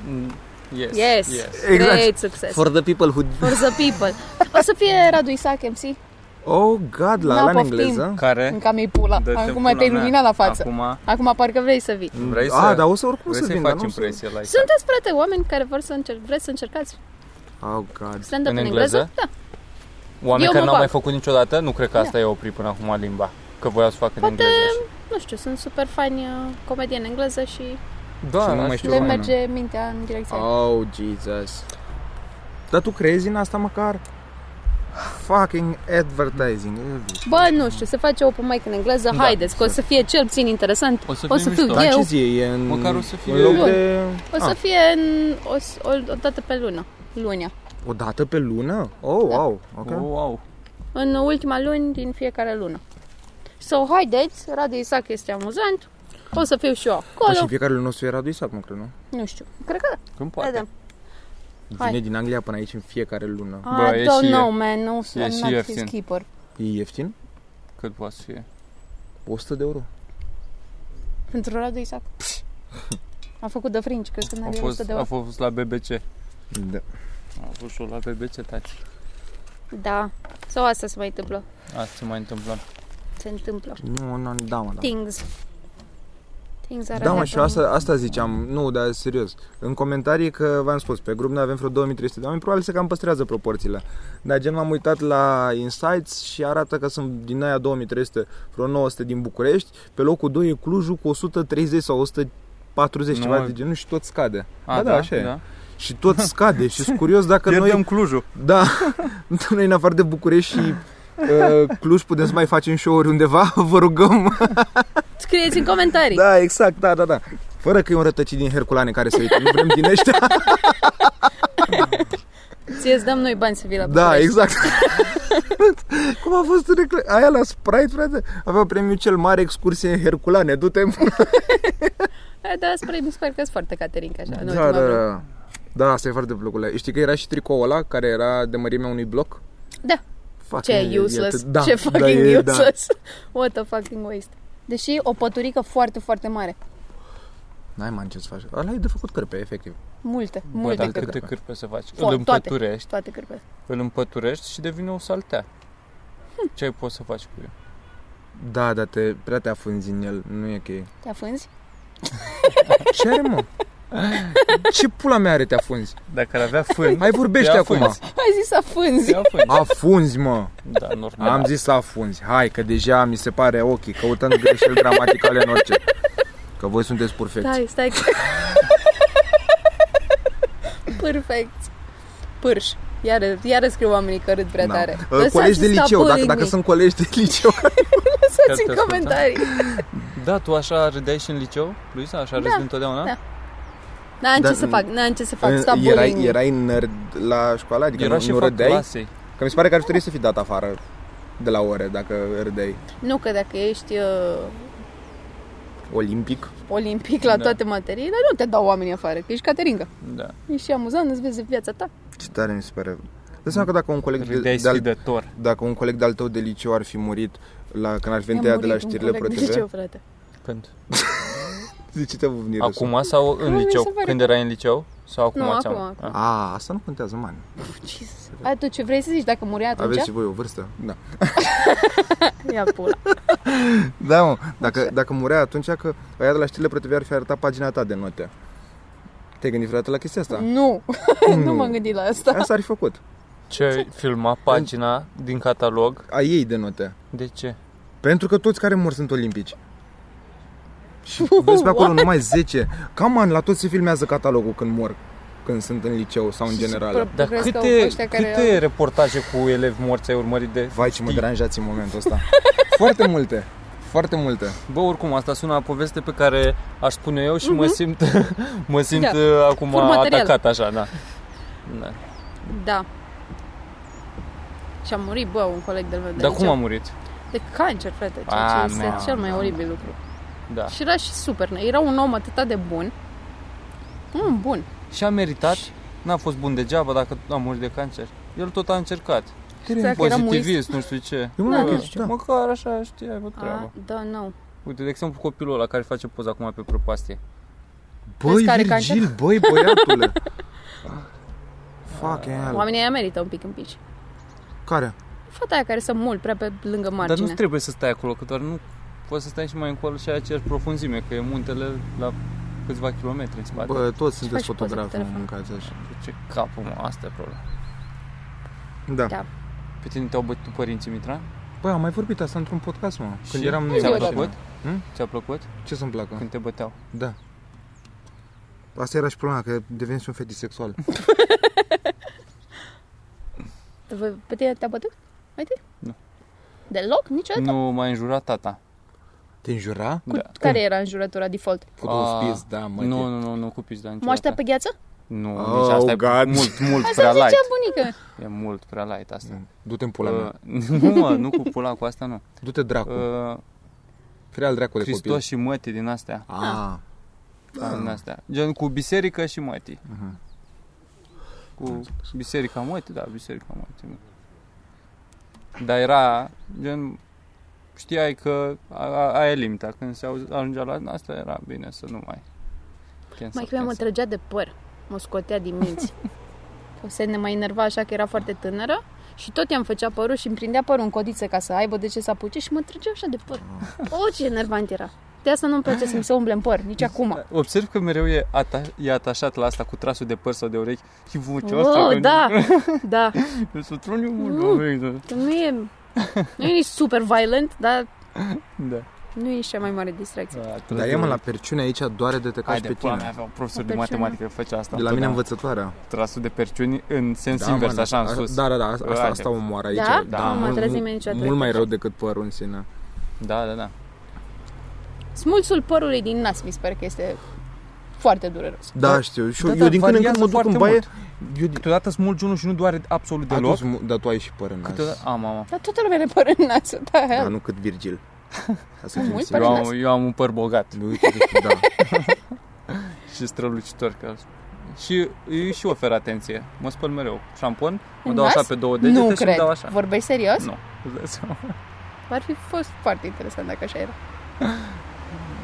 Mm, Yes. Yes. yes. Exact. Great success. For, For the people who... the people. O să fie Radu Isaac MC. Oh, God, la, Da, la în poftim. engleză? Care? În cam e pula. Dă-te în Acum pula te-ai mea. luminat la față. Acum. Acum parcă vrei să vii. vrei să... Mm. A, Ah, dar o să oricum vrei să să-i vin, dar faci nu o să- impresie la like. Sunteți, frate, oameni care vor să încer- vreți să încercați Oh, God. stand-up În în, engleză? engleză? Da. Oameni Eu care mă n-au mai bag. făcut niciodată, nu cred că asta i-a oprit până acum limba. Că voia să facă în Poate- engleză. și- Nu știu, sunt super fani uh, comedie în engleză și Da, nu asta mai e. știu le română. merge mintea în direcția aia. Oh, Jesus. Dar tu crezi în asta măcar? Fucking advertising. Bă, nu știu, se face open mic în engleză, Da, haideți, că o exact. să fie cel puțin interesant. O să O să fie fiu mișto. Dar eu, ce zi e? E în, Măcar o să fie- în loc de... o să Ah. fie în, o, s- o, o dată pe lună, lunea. O dată pe lună? Oh, wow. Oh, Ok. wow. În ultima luni din fiecare lună. So, haideți, Radu Isaac este amuzant, o să fiu și Păi eu Dar și acolo, fiecare nostru era Radu Isaac, nu cred, nu? nu știu, cred că Când poate. da. Hai. Ah. Vine din Anglia până aici în fiecare lună. Bă, I e don't și know, man, nu e sunt și not ieftin. his keeper. E ieftin? Cât poate să fie? 100 de euro. Pentru Radu Isaac. A făcut de frinci, cred că A n-are 100 fost, de a ori. fost la BBC. Da. A fost și la BBC, tati. Da, sau asta se mai întâmplă, Asta se mai întâmplă. se întâmplă. Nu, nu, da, mă, da. Things. Things are Da, mă, și eu happening. asta, asta ziceam. Nu, dar serios. În comentarii că v-am spus, pe grup noi avem vreo 2300 de oameni, probabil se cam păstrează proporțiile. Dar gen m-am uitat la Insights și arată că sunt din aia 2300, vreo 900 din București, pe locul 2 e Clujul cu 130 sau 140 Nu, ceva mă. de genul și tot scade. A, da, așa e. Și tot scade și sunt curios dacă noi... Pierdem Clujul. Da, noi în afară de București și uh, Cluj putem să mai facem show-uri undeva, vă rugăm. Scrieți în comentarii. Da, exact, da, da, da. Fără că e un rătăcit din Herculane care se uită, nu vrem din ăștia. Ție îți dăm noi bani să vii la Da, București. exact. Cum a fost recl- aia la Sprite, frate? Avea premiul cel mare excursie în Herculane, du-te în pula. Da, da spre, mi se pare că sunt foarte caterinca așa. în da, ultima da, vreme. da. Da, asta e foarte plăcut. la- Știi că era și tricoul ăla care era de mărimea unui bloc? Da. Fuck, e- Ce e useless, atât- da, ce da, fucking e, da. useless. What a fucking waste. Deși o păturică foarte, foarte mare. N-ai man ce să faci. Ăla e de făcut cărpe, efectiv. Multe, Bă, multe dar câte cârpe. câte cârpe. cârpe să faci? Fo- Îl toate. împăturești, Toate cârpe. îl împăturești și devine o saltea. Hm. Ce ai poți să faci cu el? Da, dar te, prea te afunzi în el, nu e ok. Te afânzi? Ce are, mă? Ce pula mea are te afunzi? Dacă ar avea fân, Hai vorbește te acum. afunzi. Ai zis afânzi. Te afunzi. Afunzi, mă. Da, normal. Am zis să afunzi. Hai, că deja mi se pare ochii, căutând greșeli gramaticale în orice. Că voi sunteți perfecți. Stai, stai. că- Perfect. Pârș. Iară, iară scriu oamenii că râd prea tare. Uh, Lăsați-i Colegi de să liceu, dacă, bullying dacă me. sunt colegi de liceu. Lăsați Chiar în te ascultam. comentarii. Da, tu așa râdeai și în liceu, Luisa? Așa râzi întotdeauna? da. N-am Dar- ce să fac, n-am ce să fac, Uh, stop Erai, bullying. erai nerd la școală? Adică Era nu, și nu râdeai? clasei. Că mi se pare că ar fi trebuit să fi dat afară de la ore, dacă râdeai. Nu că dacă ești uh, Olimpic. olimpic la Da. toate materiile, nu te dau oamenii afară, că ești cateringă. Da. Ești și amuzant, îți vezi viața ta. Ce tare mi se pare. Dă seama că dacă un coleg de, Râdeai de al, sfidător. dacă un coleg de-al tău de liceu ar fi murit la, când ar fi Mi-am venit aia de la murit un știrile coleg pro de TV, liceu, frate. Când? de ce te-a buvnit râsul? Acum sau Că în mi liceu? se pare Când că- erai în liceu? Sau acum Nu, ți-am- acum, Ah. A, asta nu contează, man. Păi, Jesus. Ai tu ce vrei să zici dacă muri atunci? Aveți și voi o vârstă? Da. Ia pula. Da, mă, dacă, dacă murea atunci că aia de la știrile ProTV ar fi arătat pagina ta de note. Te-ai gândit vreodată la chestia asta? Da. Nu, nu m-am gândit la asta. Asta ar fi făcut. Ce filma pagina din catalog? A ei de note. De ce? Pentru că toți care mor sunt olimpici. Și vezi pe acolo numai 10. Cam an, la toți se filmează catalogul când mor. Că când sunt în liceu sau în general. pro- Dar Crezi că câte, ăștia care câte reportaje cu elevi morți ai urmărit de... Vai ce mă știi? deranjați în momentul ăsta. Foarte multe. Foarte multe. Bă, oricum, asta sună la poveste pe care aș spune eu și mă simt, mă simt Mhm. Da. uh, acum Fur material. atacat așa, da. da. Da. Și a murit, bă, un coleg de-al meu de Dar liceu. cum a murit? De cancer, frate, ceea Ah, ce este mea, cel mai da, oribil lucru. Da. Și era și super. Era un om atât de bun. Un bun. Și a meritat, n-a fost bun degeaba dacă a murit de cancer. El tot a încercat. Știa că era muist. Pozitivist, nu știu ce. Eu Da, mă da. da, da. Măcar așa știai, bă, treaba. A, da, nu. Uite, de exemplu, copilul ăla care face poza acum pe prăpastie. Băi, Vezi care cancer? Virgil, băi, băiatule. Fuck hell. Oamenii aia merită un pic în pici. Care? Fata aia care să mult prea pe lângă Dar margine. nu trebuie să stai acolo, că doar nu poți să stai și mai încolo și ai aceeași profunzime, că e muntele la câțiva kilometri în spate. Bă, Bă, toți sunteți faci poze cu fotografi, mă telefon. mâncați așa. ce capul, mă, asta e problema. Da. Da. Pe tine te-au bătut părinții, Mitra? Băi, am mai vorbit asta într-un podcast, mă. Când Și eram noi Ți-a la eu plăcut? mașină. Hmm? Ți-a plăcut? Ce să-mi placă? Când te băteau. Da. Asta era și problema, că devenise un fetis sexual. Te voi- Pe tine te-a bătut? Uite? Nu. Deloc? Niciodată? Nu m-a înjurat tata. Te înjura? Da. Cu, Care era înjurătura default? Cu două A, spiz, da, mă. Nu, nu, nu, nu cu pizda Moaștea niciodată. pe gheață? Nu, Oh, deci asta e God. mult, mult Asta prea zicea light. bunica. E mult prea light asta. Du-te în pula Uh, mea. nu, mă, nu cu pula, cu asta nu. Du-te dracu. Uh, Fere al dracu de copil. Hristos și mătii din astea. Ah. Da. Din astea. Gen cu biserică și mătii. Uh-huh. Cu biserica mătii, da, biserica mătii. Dar era, gen, știai că a- a- aia e limita. Când se auzi- ajungea la asta, era bine să nu mai... Cancel, Mai mea mă cancel. trăgea de păr. Mă scotea din minți. O să ne mai enerva așa că era foarte tânără și tot i-am făcea părul și îmi prindea părul în codiță ca să aibă de ce să apuce și mă trăgea așa de păr. Ah. O, ce enervant era. De asta nu-mi place să-mi se umble în păr, nici acum. Observ că mereu e, ata- e atașat la asta cu trasul de păr sau de urechi și vocea asta. Oh, gen, da, Uh. da. Eu sunt un mult, Că Nu e, nu e nici super violent, dar Da. nu e nici cea mai mare distracție. Dar ia mă la perciune aici doare de te Hai cași de pe pula mea, tine. avea un profesor de Perciune. matematică, făcea asta. De la mine întotdeauna. învățătoarea. trasul de perciuni în sens mă, invers, așa în a- sus. Da, da, da, asta, Haide. asta o moară aici. Da? Da, nu m-a mult, trezit mult- niciodată. mult mai rău decât părul în sine. da, da. da. Smulsul părului din nas mi se pare că este foarte dureros. Da, știu. Și eu, Da, eu da, din când în când variază mă duc foarte în baie. Eu câteodată smulgi unul și nu doare absolut deloc. Atunci, mu- dar tu ai și păr în nas. Câteodată... A, mama. Dar toată lumea are păr în nas. Da, Dar nu cât Virgil. Ca să fim Mult sinceri. păr Eu în nas. am, eu am un păr bogat Uite, deci, da. și strălucitor. Că... Și eu și ofer atenție. Mă spăl mereu. Șampon, mă În dau nas? așa pe două degete Nu și cred. îmi dau așa. Vorbești serios? Nu. Îți dai seama? Ar fi fost foarte interesant dacă așa era.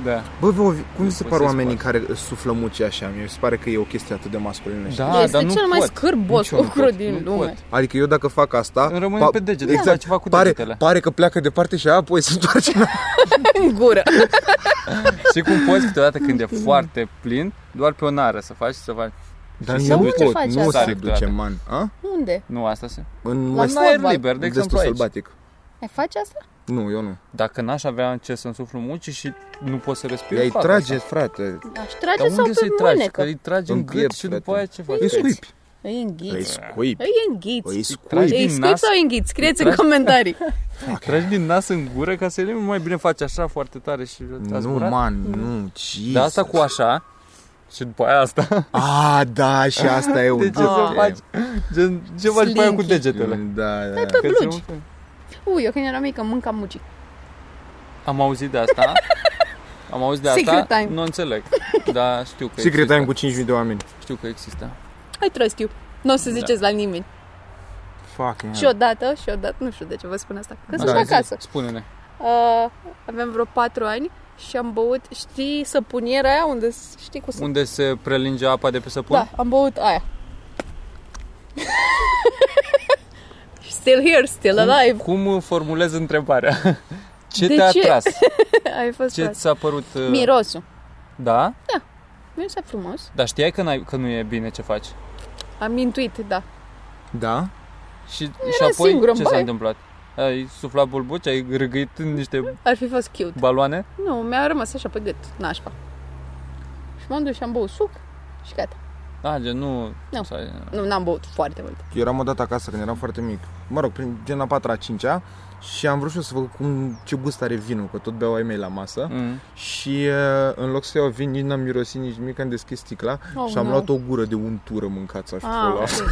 Da. Bă, vă, cum vi se Păi par se oamenii spală. care îți suflă muci așa? Mi se pare că e o chestie atât de masculină. știi? Da, este dar nu cel mai pot. scârbos Nici eu nu lucru pot. din Nu lume. pot. Adică eu dacă fac asta... Îmi rămâne pe degete, Exact. exact. ceva cu pare, degetele. pare că pleacă departe și apoi se întoarce la... În gură. Și cum poți câteodată când e foarte plin, doar pe o nară să faci, să faci. Dar Sau nu unde pot, faci nu asta? se duce, man. A? Unde? Nu, asta se... În La West- În aer fotbal. liber, de exemplu destul aici. sălbatic. Ai face asta? Nu, eu nu. Dacă n-aș avea ce să însuflu muci și nu pot să respir, Ei fac trage, asta. frate. Aș trage Dar sau unde pe să-i tragi? Că mânecă? îi tragi în, În gât piept, și frate. după aia ce faci? Îi scuipi. Îi Îi înghiți. scuipi. Îi înghiți. Îi tragi scuipi. Îi din scuip nas? sau îi înghiți? Scrieți în tragi? comentarii. Tragi din nas în gură ca să nu mai bine faci așa foarte tare și a Nu, zburat. man, nu, Jesus. Dar asta cu așa și după aia asta. A, da, și asta e un... De ce să Ah. faci? Gen, ce faci după aia cu Slinky. degetele? Da, da. Pe Că ți-e blugi. un- Ui, eu când eram mică mâncam mucii. Am auzit de asta. Am auzit de Secret asta, time. nu înțeleg. Dar știu că Secret time există. cu 5.000 de oameni. Știu că există. Hai trust you. Nu Da. o să ziceți la nimeni. Fucking Și odată, și odată, nu știu de ce vă spun asta, că sunt Așa, Da, zi, acasă. Spune-ne. Uh, aveam vreo patru ani și am băut, știi, săpuniera aia unde, știi cu săpun? Unde se prelinge apa de pe săpun? Da, am băut aia. still here, still alive. Cum formulez întrebarea? Ce De te-a ce? atras? Ai fost Ce prost. ți s-a părut? uh, Mirosul. Da? Mirosea frumos. Dar știai că, n-ai, că nu e bine ce faci. Am intuit, da. Da? Și, și apoi singură în ce s-a baie. întâmplat? Ai suflat bulbuci, ai râgâit în niște Ar fi fost cute. baloane? Nu, mi-a rămas așa pe gât, nașpa. Și m-am dus și am băut suc și gata. A, Da, gen, nu... uh, Nu. s-a- Nu, n-am băut foarte mult. Eu eram odată acasă când eram foarte mic. Mă rog, prin gen a patra, a cincea. Și am vrut și eu să văd cum, ce gust are vinul, că tot beau ai mei la masă. Mm. Și uh, în loc să iau vin, nici n-am mirosit nici nimic, am deschis sticla Oh, și am no. luat o gură de untură mâncață așa Ah, ah, ok.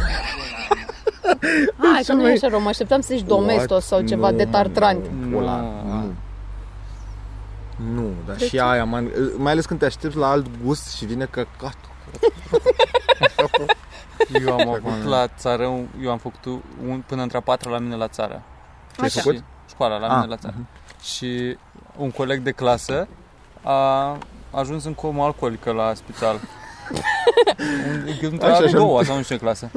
Hai, că nu e mai- așa rău, mă așteptam să zici domestos sau ceva de tartrani. Nu, ăla, Nu. nu. Nu, dar De și ce? aia, man, mai ales când te aștepți la alt gust și vine căcatul. Eu am avut la țară, un- eu am făcut un, până între a patra la mine la țară. Ce-ai Așa. făcut? Și Școala la Ah, mine la țară. Și un coleg de clasă a ajuns în comă alcoolică la spital. Un- Când Așa, era a așa. doua sau nu știu ce clasă.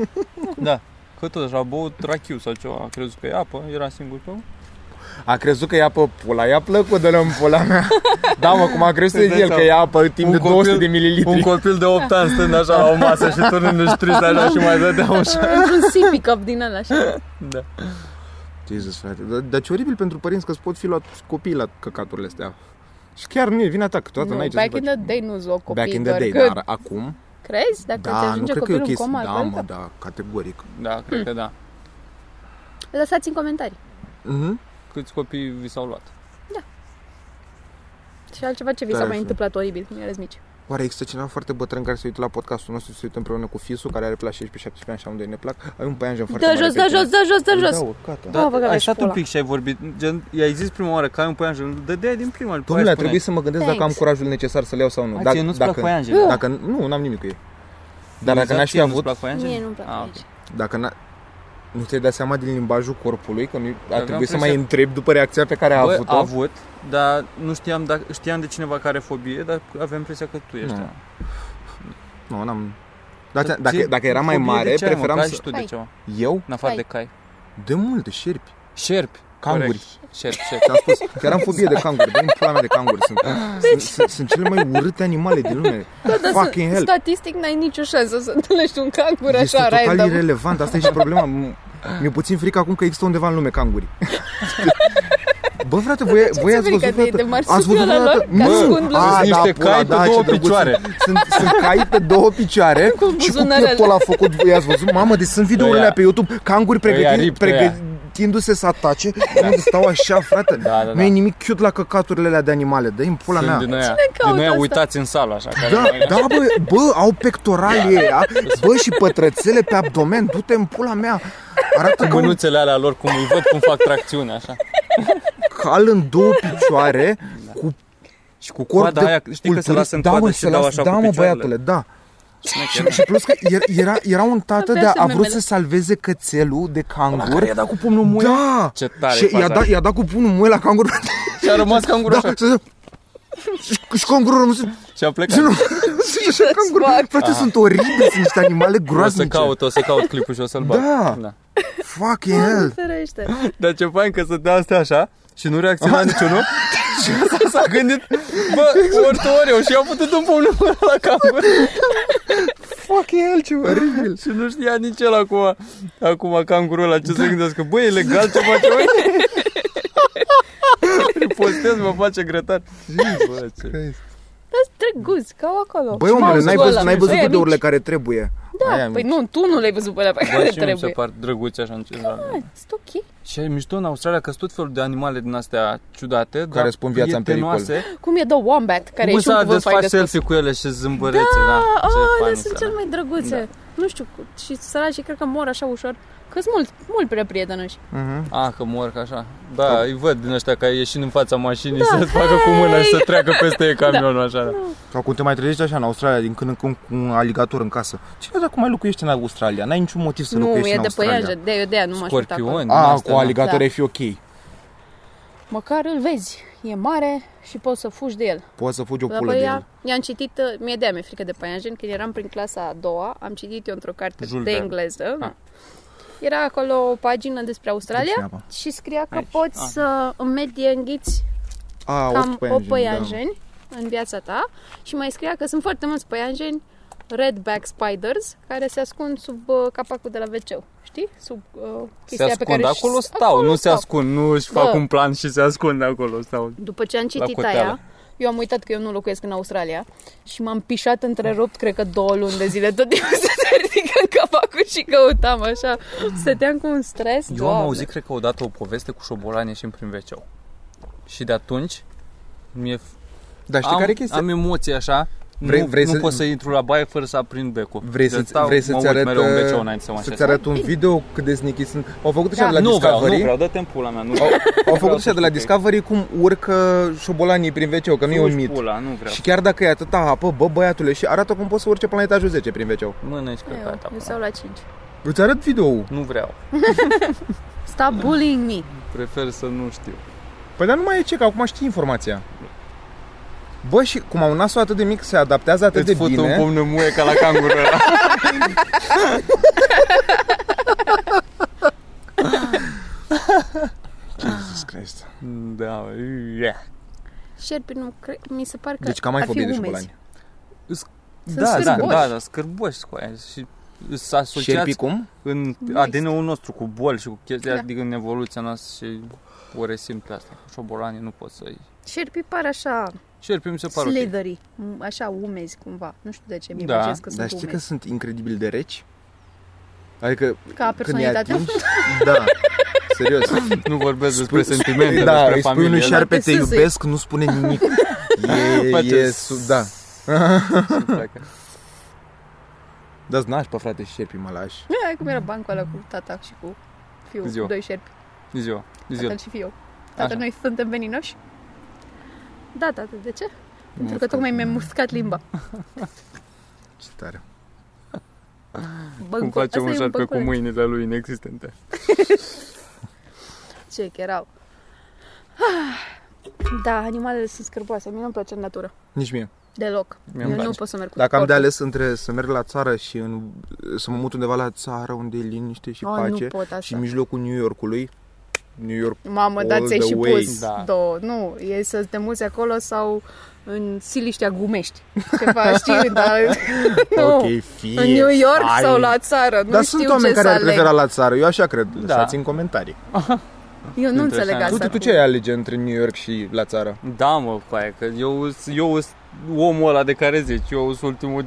Da. Că tot așa a băut rachiu sau ceva, a crezut că e apă, era singur pe A crezut că e apă pula, i-a plăcut de în pula mea. da, mă, cum a crezut Îți dai el că e seama. apă timp Deci Un de 200 copil- de mililitri. Un copil de 8 ani stând așa la o masă și turnându-și trist așa și mai dădea ușa. Într-un sippy cup din ăla, așa. Da. Jesus, frate. Dar, dar ce oribil pentru părinți că îți pot fi luat copiii la căcaturile astea. Și chiar nu e vina ta, că toată Nu, n-ai ce back să in faci. the day nu-ți luau copii, Back in the doar day, că- dar acum? Crezi? Dacă da, Da, nu ajunge cred că e o copilul în chestie. coma Da, mă, da, categoric. Da, cred că da. Lăsați în comentarii. Mhm. Câți copii vi s-au luat? Și altceva ce vi Da, s-a mai așa. întâmplat oribil când erați mici. Oare există cineva foarte bătrân care se uită la podcastul nostru și se uită împreună cu fisul care are pe la 16-17 ani și unde ne plac? Ai un paianjen foarte Dă mare Da, jos, pe dă tine. jos, dă jos, dă jos! Da, gata. Da, bă, că ai aveți stat un pula. pic și ai vorbit, gen, i-ai zis prima oară că ai un păianjen, dădeai din prima, după Domnule, a aia spuneai. trebuit să mă gândesc dacă am Thanks. curajul necesar să le iau sau nu. A, Dacă- ție nu-ți plac dacă, păianjele? dacă, nu, n-am nimic cu ei. Dar dacă n-aș Exact, fi avut, Mie nu-mi place Ah, ok. nici. dacă n nu ți-ai dat seama din limbajul corpului, că nu, a aveam trebuit să mai impresia- întreb după reacția pe care a Bă, avut-o? a avut, dar nu știam, dacă, știam de cineva care are fobie, dar aveam impresia că tu ești. Nu. ăla. Nu, n-am... Da, Dar dacă, ție- dacă era mai fobie de mare, ce ai, mă? preferam Că ai să... și tu de Hai. ceva, Eu? în afară Hai. de cai. De multe, șerpi. Șerpi. Canguri. corect. Șerpi, șerpi. Ți-am Exact, spus, chiar am fobie de canguri. Dă-mi pula mea de canguri. Sunt, sunt, sunt, sunt cele mai urâte animale din lume. Da, Fucking hell. Statistic n-ai nicio șansă să întâlnești un cangur Este așa total random. irelevant, asta e și problema. M- Mi-e puțin frică acum că există undeva în lume canguri. Bă, frate, voi, voi ți-e ați frică văzut de ei? De marsupială lor? Mă, Că ascund a, lor? Sunt niște pula, cai pe ce două drăguț. picioare. Sunt, sunt cai pe două picioare Cu și cu buzunarele. pieptul ăla făcut. Voi ați văzut? Mamă, deci sunt videourile Ăia. alea pe YouTube. Canguri pregăti, rip, ăia. pregătindu-se să atace. Unde stau așa, frate. Da, da, Nu da. e nimic cute la căcaturile alea de animale. Dă-i în pula Sunt mea. din aia, caută din aia asta? uitați în sală, așa. care- Da, da, bă, bă, au pectorali ăia, bă, și pătrățele pe abdomen, du-te în pula mea. Arată Cu ca un mânuțele alea lor, cum îi văd cum fac tracțiune, așa. cal în două picioare, cu Și cu corp coada de da, aia, știi că se culturist. lasă în da, coadă mă, și se dau lasă- așa da, cu mă, picioarele. băiatule, da. Știi că- Și plus că er- era, era un tată Abia de a, sunt a vrut să memele. salveze cățelul de cangur. i-a dat cu pumnul muie. Da! Ce tare e și faza i-a, dat, aia. i-a dat cu pumnul muie la cangur. Și a rămas ca în gură da, așa. să- și, și cangurul rămas. Și Și a plecat. nu, și așa cangurul. Frate, sunt oribili, sunt niște animale O să groaznice. caut, o să caut clipul și o să-l bag. Da. da. Fucking hell. Ferește. Dar ce fain că stătea asta așa și nu reacționa niciunul. și asta s-a gândit, bă, ortoriu și i-a putut un pumn în mână la capăt. Fucking hell, ce oribil. și nu știa nici el acum, acum cangurul ăla Da. ce se gândească. Bă, e legal ce face voi? Ripostez, mă face grătar. Bă, ce... Dar drăguț, ca acolo. Băi, Și omule, mouse-ul n-ai văzut, ăla. n-ai văzut Ăia videourile mici. care trebuie. Da, păi nu, tu nu le-ai văzut pe alea pe Bă, care și mie mi se trebuie. par drăguți așa în general. Sunt ok. Și e mișto în Australia că sunt tot felul de animale din astea ciudate, care dar spun viața în pericol. prietenoase. Cum e The Wombat, care e Cum și un să cuvânt desfaci fain de spus. selfie cu ele și zâmbărețe, da. Da, Ce oh, fain dar sunt sunt cel alea. mai drăguțe. Nu știu, cu- și săracii cred că mor așa ușor. Că sunt mult, mult prea prietenoși. Ah, că mor ca așa. Da, îi văd din ăștia care ieșind în fața mașinii da. să-ți facă cu mâna și să treacă peste ei camionul da. așa. Da. Sau cum te mai trezești așa în Australia, din când în când cu un aligator în casă. Cine dacă mai locuiești în Australia? N-ai niciun motiv să nu, locuiești e în de Australia. păianjă, de, eu de aia nu mă aștept acolo. Scorpion. A, cu aligator Da. ai fi ok. Măcar îl vezi, e mare și poți să fugi de el. Poți să fugi o Dar pulă de apoi el. ea, i-am citit, uh, mie de mi-e frică de paianjen, când eram prin clasa a doua, am citit eu într-o carte Jules de Verne. engleză. Ah. Era acolo o pagină despre Australia Deci, și scria că Aici. poți Ah. să în medie înghiți A, cam opt 8 da. păianjeni în viața ta și mai scria că sunt foarte mulți păianjeni redback spiders care se ascund sub uh, capacul de la wc știi? Sub uh, Se chestia pe ascund care își- acolo, stau, nu se ascund, nu își da. Bă. fac un plan și se ascund acolo, stau. După ce am citit coteală. aia, Eu am uitat că eu nu locuiesc în Australia și m-am pișat întrerupt, cred că două luni de zile, tot timpul să se ridică în capacul și căutam așa. Stăteam cu un stres, Eu am Doamne. auzit, cred că odată, o poveste cu șobolane și în prin veceu. Și de atunci, mi-e da. Dar știi am, care e chestia? Am emoții așa. Vrei- nu, vrei nu să- pot să intru la baie fără să aprind becul. Vrei De să-ți- stau, vrei să-ți mă uit arăt, mereu în uh, beceu înainte să mă Să-ți așez. arăt un video cât de sneaky sunt. Au făcut așa Da. de la Nu vreau, nu Discovery. vreau, dă-te în pula mea. Nu Au, vreau. au făcut să așa de la știu că e. Discovery cum urcă șobolanii prin wc că nu e un Fugi mit. Pula, nu vreau. Și chiar dacă e atâta apă, bă băiatule, și arată cum poți să urce până la etajul 10 prin wc Mănânci Eu, căcata. eu stau la 5. Îți arăt video Nu vreau. Stop bullying me. Prefer să nu știu. Păi dar nu mai e ce, că acum știi informația. Bă, și cum au nasul atât de mic, se adaptează atât Îți de fut un bine. pumn în muie ca la cangurul ăla. Jesus Christ. Da, yeah. Șerpi nu cred, mi se pare că Deci cam ai ar fi fobie de umezi. șobolani. Sunt da, da, scârboși. da, da, scârboși cu aia. Și se asociați Șerpi cum? în există. ADN-ul nostru cu boli și cu chestii, Da. adică în evoluția noastră și o resimt pe asta. Cu șobolanii nu pot să-i... Șerpii par așa Șerpi mi se par ok. slithery, m- așa umezi cumva. Nu știu de ce, mi-e Da, da, că Dar sunt știi că umezi. sunt incredibil de reci? Adică Ca când i-ai personalitatea. atingi... Da, serios. Nu vorbesc despre sentimente, da, despre îi spui unui familie. șarpe, te Te sâzâi. iubesc, nu spune nimic. E, Face e, s- sub- da. da, se pleacă. Dar n-aș, pe frate, șerpii mă lași. Ai cum era bancul ăla cu tata și cu fiul, Ziua. cu doi șerpi, Ziua, ziua. tatăl și fiul. Tată, Așa. noi suntem veninoși? Da, tată, de ce? Pentru că Muscat. tocmai mi-am muscat limba. Ce tare. Băncu- Cum face Asta un e șarpe cu bănculeț. mâinile lui inexistente. Ce că erau. Da, animalele sunt scârboase. Mie nu-mi place în natură. Nici mie. Deloc. Mie Eu îmi nu place. pot să merg cu Dacă am de corpul. ales între să merg la țară și în, să mă mut undeva la țară unde e liniște și Oh, pace nu pot și așa. în mijlocul New Yorkului, New York, Mamă, dar All ți-ai the și way. pus Da. două. Nu, e să te muți acolo sau în siliștea gumești. Ceva, știi, dar nu. ok, fie, În New York fine. sau la țară, nu Dar știu sunt oameni ce care să ar aleg. prefera la țară, eu așa cred, lăsați în comentarii. Eu nu înțeleg Interesant. asta. Da. Tu, tu, tu cu- ce ai alege între New York și la țară? Da, mă, cu aia, că eu sunt- eu sunt omul ăla de care zici, eu sunt ultimul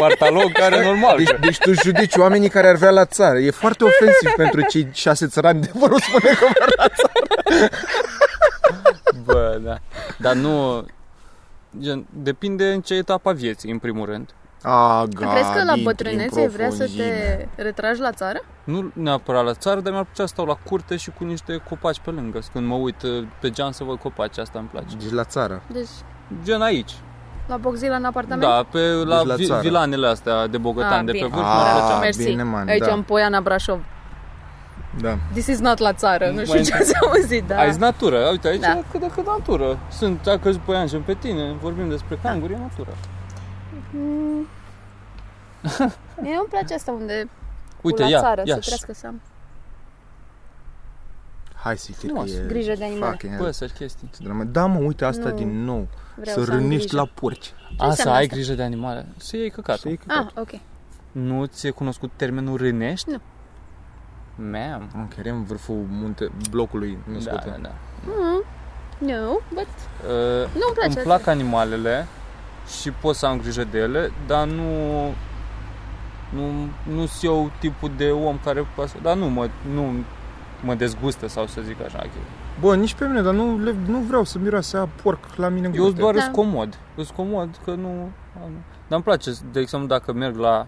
bartalog care normal. Deci, deci tu judeci oamenii care ar vrea la țară. E foarte ofensiv pentru cei șase țărani de vă spune că vor. Bă, da. Dar nu... Gen, depinde în ce etapă a vieții, în primul rând. A, Crezi că la bătrânețe vrea să te retragi la țară? Nu neapărat la țară, dar mi-ar plăcea să stau la curte și cu niște copaci pe lângă. Când mă uit uh, pe geam să văd copaci, asta îmi place. Deci la țară. Deci Gen aici. la boxila în apartament? Da, pe la, Deci la vi- țară. vilanele astea de bogătan, Ah, de pe bine. vârf, Ah, mi-ar plăcea. Mersi. bine, man, Aici da. în Poiana Brașov. Da. This is not la țară, nu, Nu știu mai ce ați auzit, da. Ai zis natură, uite aici Da. da. cât de cât natură. Sunt, dacă îți pui anjen pe tine, vorbim despre canguri, e natură. Mm. Mie îmi place asta unde Uite, cu la ia, țară, ia, să trească să am Hai să fie că Frumos. e grijă de animale. fucking Bă, să păi, chestii. Ce dramă. Da, mă, uite asta Nu. din nou. Vreau să să am rânești grijă. la porci. A, să înseamnă ai asta? grijă de animale. Să iei căcatul. Știi? Ah, ok. Nu ți-e cunoscut termenul rânești? Nu. Mam. Mă, chiar e în vârful munte, blocului Da, născut. da, da. No, but Uh, nu-mi place îmi asta. plac animalele și pot să am grijă de ele, dar nu nu, nu sunt eu tipul de om care poate să- dar nu mă, nu mă dezgustă sau să zic așa. Bă, nici pe mine, dar nu, le, nu vreau să miroase a porc la mine în Eu curte. doar Da. îs comod, îs comod că nu, am- dar îmi place, de exemplu, dacă merg la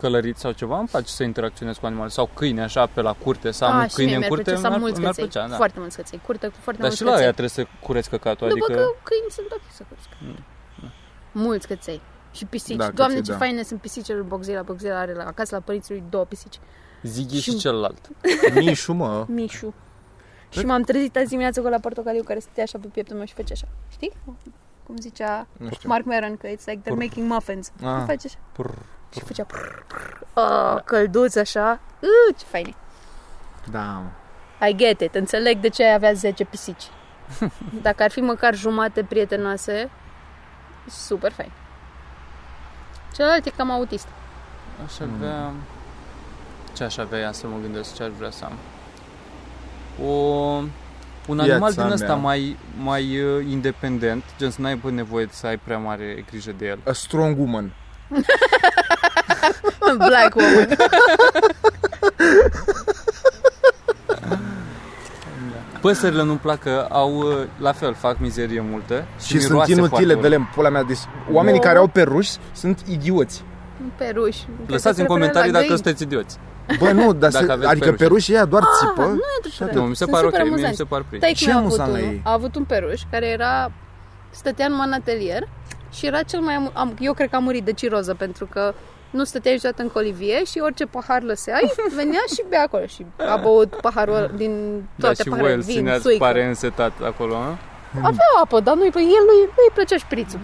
călărit sau ceva, îmi place să interacționez cu animale sau câine așa pe la curte, să am Ah, un și mie câine în mi-ar curte, plăcea să am mi-ar, mulți mi-ar căței. plăcea, da. Foarte mulți căței. Curte cu foarte Dar mulți și la aia căței. trebuie să cureți căcatul, După adică... că câini sunt ok să cresc. Mulți căței. Și pisici. Mm, Da, Doamne, căței, ce da. faine sunt pisicile lui Boxila. Boxila are la acasă la părinții lui două pisici. Zighi și Și- celălalt. Mișu, mă. Mișu. Și m-am trezit azi dimineață cu la portocaliu care stătea așa pe pieptul meu și făcea așa. Știi? Cum zicea Nu știu. Mark Maron că it's like they're making muffins. Ah. Ah. Face așa. Prr, Și făcea prr, prr. Oh, călduț așa. Uh, ce fain e. Da, mă. I get it, înțeleg de ce ai avea 10 pisici. Dacă ar fi măcar jumate prietenoase, super fain. Celălalt e cam autist. Aș avea... Ce aș avea ia să mă gândesc ce aș vrea să am? O... un Viața animal din ăsta mea. mai, mai uh, independent, gen să n-ai bă, nevoie să ai prea mare grijă de el. A strong woman. Black woman. Păsările nu-mi plac că au, uh, la fel, fac mizerie multă și, Și sunt miroase inutile, foarte de urât. lemn, pula mea. Deci, oamenii Wow. care au peruși sunt idioți. Peruși. Cred că Lăsați se în referă comentarii la dacă găini. sunteți idioți. Bă, nu, dar Dacă se, aveți adică peruși. perușii ea doar țipă. Ah, nu atât. Nu, mi se Sunt pare super ok, mie mi amuzanți. se par prin. Taic Ce mi-a avut amuzant la unul. ei? A avut un peruș care era stătea numai în atelier și era cel mai amu- am, eu cred că a murit de ciroză pentru că nu stătea niciodată în colivie și orice pahar lăseai, venea și bea acolo și a băut paharul ăla din Da, toate și voi paharele, îl vin, țineați, suică. pare însetat acolo, a? Avea apă, dar nu-i, plă- el lui, lui plăcea șprițul.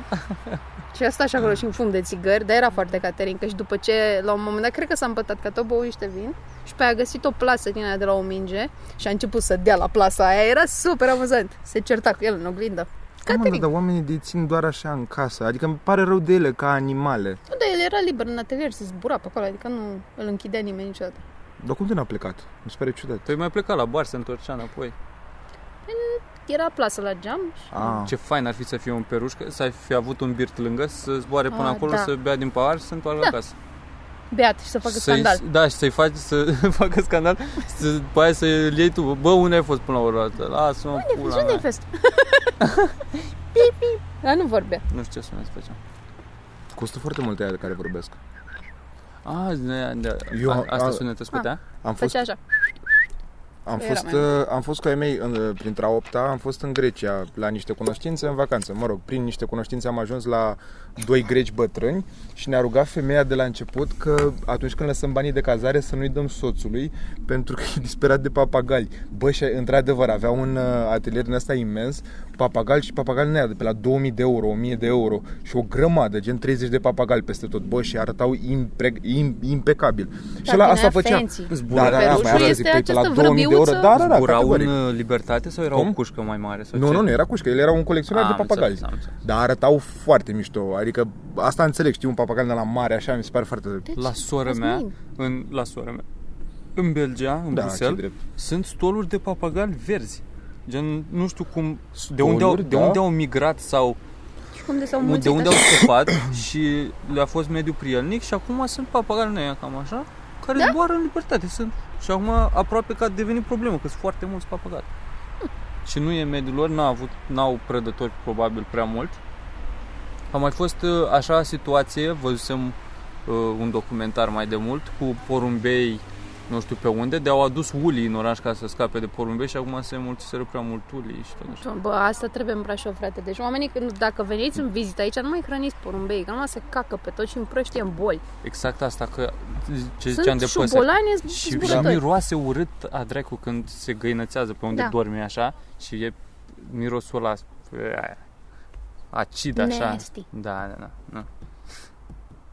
și asta așa acolo și în fum de țigări, dar era foarte caterin, că și după ce, la un moment dat, cred că s-a împătat că tot bău niște vin și pe aia a găsit o plasă din aia de la o minge și a început să dea la plasa aia, era super amuzant. Se certa cu el în oglindă. Mă, da, Caterin. dar oamenii de țin doar așa în casă. Adică îmi pare rău de ele ca animale. Nu, dar el era liber în atelier, se zbura pe acolo, adică nu îl închidea nimeni niciodată. Dar cum de n-a plecat? Mi se pare ciudat. Tu ai mai Păi plecat la bar, se întorcea înapoi. Era plasă la geam și... Ah. Ce fain ar fi să fie un peruș, că să ai fi avut un birt lângă, să zboare până Ah, acolo, da. să bea din pahar și să întoarcă Da. acasă. Beat și să facă Să-i- scandal. Da, și să-i faci să facă scandal, să, după aia să-l iei tu. Bă, unde ai fost până la ora asta? Lasă-mă, pula Unde-i mea. fest? Dar nu vorbea. Nu știu ce sunet făceam. Costă foarte mult aia de care vorbesc. Ah, da, da. Eu- a, asta a- sunetă Ah. scutea? Am fost Făcea așa. Am Era fost, mai mult. uh, am fost cu ai mei în, uh, printre a opta, am fost în Grecia la niște cunoștințe în vacanță. Mă rog, prin niște cunoștințe am ajuns la doi greci bătrâni și ne-a rugat femeia de la început că atunci când lăsăm banii de cazare să nu-i dăm soțului pentru că e disperat de papagali. Bă, și într-adevăr avea un uh, atelier din asta imens, papagal și papagal nea de pe la 2000 de euro, 1000 de euro și o grămadă, gen 30 de papagali peste tot. Bă, și arătau impre- im- impecabil. și Dar la din asta aia făcea. fancy. Da, da, da, Perușul mai asta este zic, pe pe la această 2000 de euro. vrăbiuță? Da, da, da, Urau în categoric. Deci, uh, libertate sau era o Cum? cușcă mai mare? Sau Nu, ce? nu, nu, era cușcă, el era un colecționar Ah, de am papagali. da. înțeles, am înțeles. Dar arătau foarte mișto, adică asta înțeleg, știu, un papagal de la mare, așa, mi se pare foarte... La Deci, sora mea, Cosmin. în, la sora mea, în Belgia, în Da, ce Bruxelles, drept. sunt stoluri de papagali verzi. Gen, nu știu cum, de unde, au, Stoluri, de da. unde au migrat sau Și cum de s-au de mulțit unde așa. au scăpat și le-a fost mediu prielnic și acum sunt papagali în aia, cam așa, care da? zboară în libertate. Sunt. Și acum aproape că a devenit problemă, că sunt foarte mulți papagali. Hm. Și nu e mediul lor, n-au, avut, n-au prădători probabil prea mult. A mai fost uh, așa situație, văzusem uh, un documentar mai de mult cu porumbei nu știu pe unde, de-au adus ulii în oraș ca să scape de porumbei și acum se mulțiseră prea mult ulii și tot așa. Bă, asta trebuie în Brașov, frate. Deci oamenii, când, dacă veniți în vizită aici, nu mai hrăniți porumbei, că numai se cacă pe tot și împrăștie în boli. Exact asta, că ce ziceam Sunt de păsări. șobolani Și, și, și miroase urât a dracu când se găinățează pe unde Da. da. dorme așa și e mirosul ăla aia, acid așa. Nasty. Da, da, da. Nu.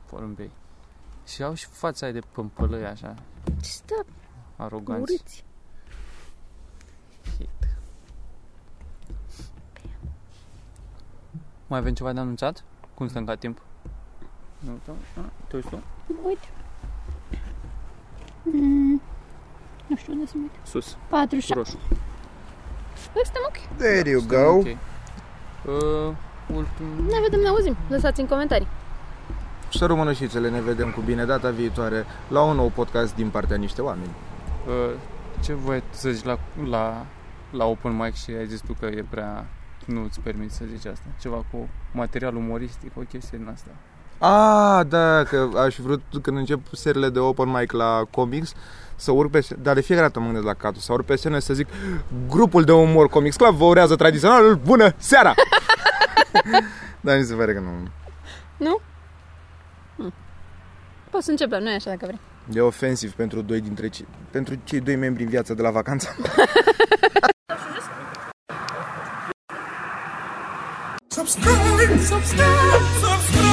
Porumbei. Și au și fața aia de pămpălăi așa, Stă aroganți. urâți. Hate. Mai avem ceva de anunțat? Cum stăm ca timp? Nu uităm. Ah, Te uiți tu? Uite. Mm, nu știu unde să mă uit. Sus, 47. cu roșu. Bă, suntem ok. There you Stăm go! ok. Uh, ultim... Ne vedem, ne auzim. Lăsați în comentarii. Să rămână și țele, ne vedem cu bine data viitoare la un nou podcast din partea niște oameni. Uh, ce voi să zici la, la, la open mic și ai zis tu că e prea... Nu îți permit să zici asta. Ceva cu material umoristic, o chestie din asta. A, da, că aș fi vrut când încep serile de open mic la comics să urc pe scenă, dar de fiecare dată mă gândesc la catu, să urc pe scenă să zic grupul de umor comics club vă urează tradiționalul, bună seara! dar mi se pare că nu. Poți să începem, nu e așa dacă vrei. E ofensiv pentru doi dintre cei, pentru cei doi membri în viață de la vacanță. Subscribe, subscribe, subscribe.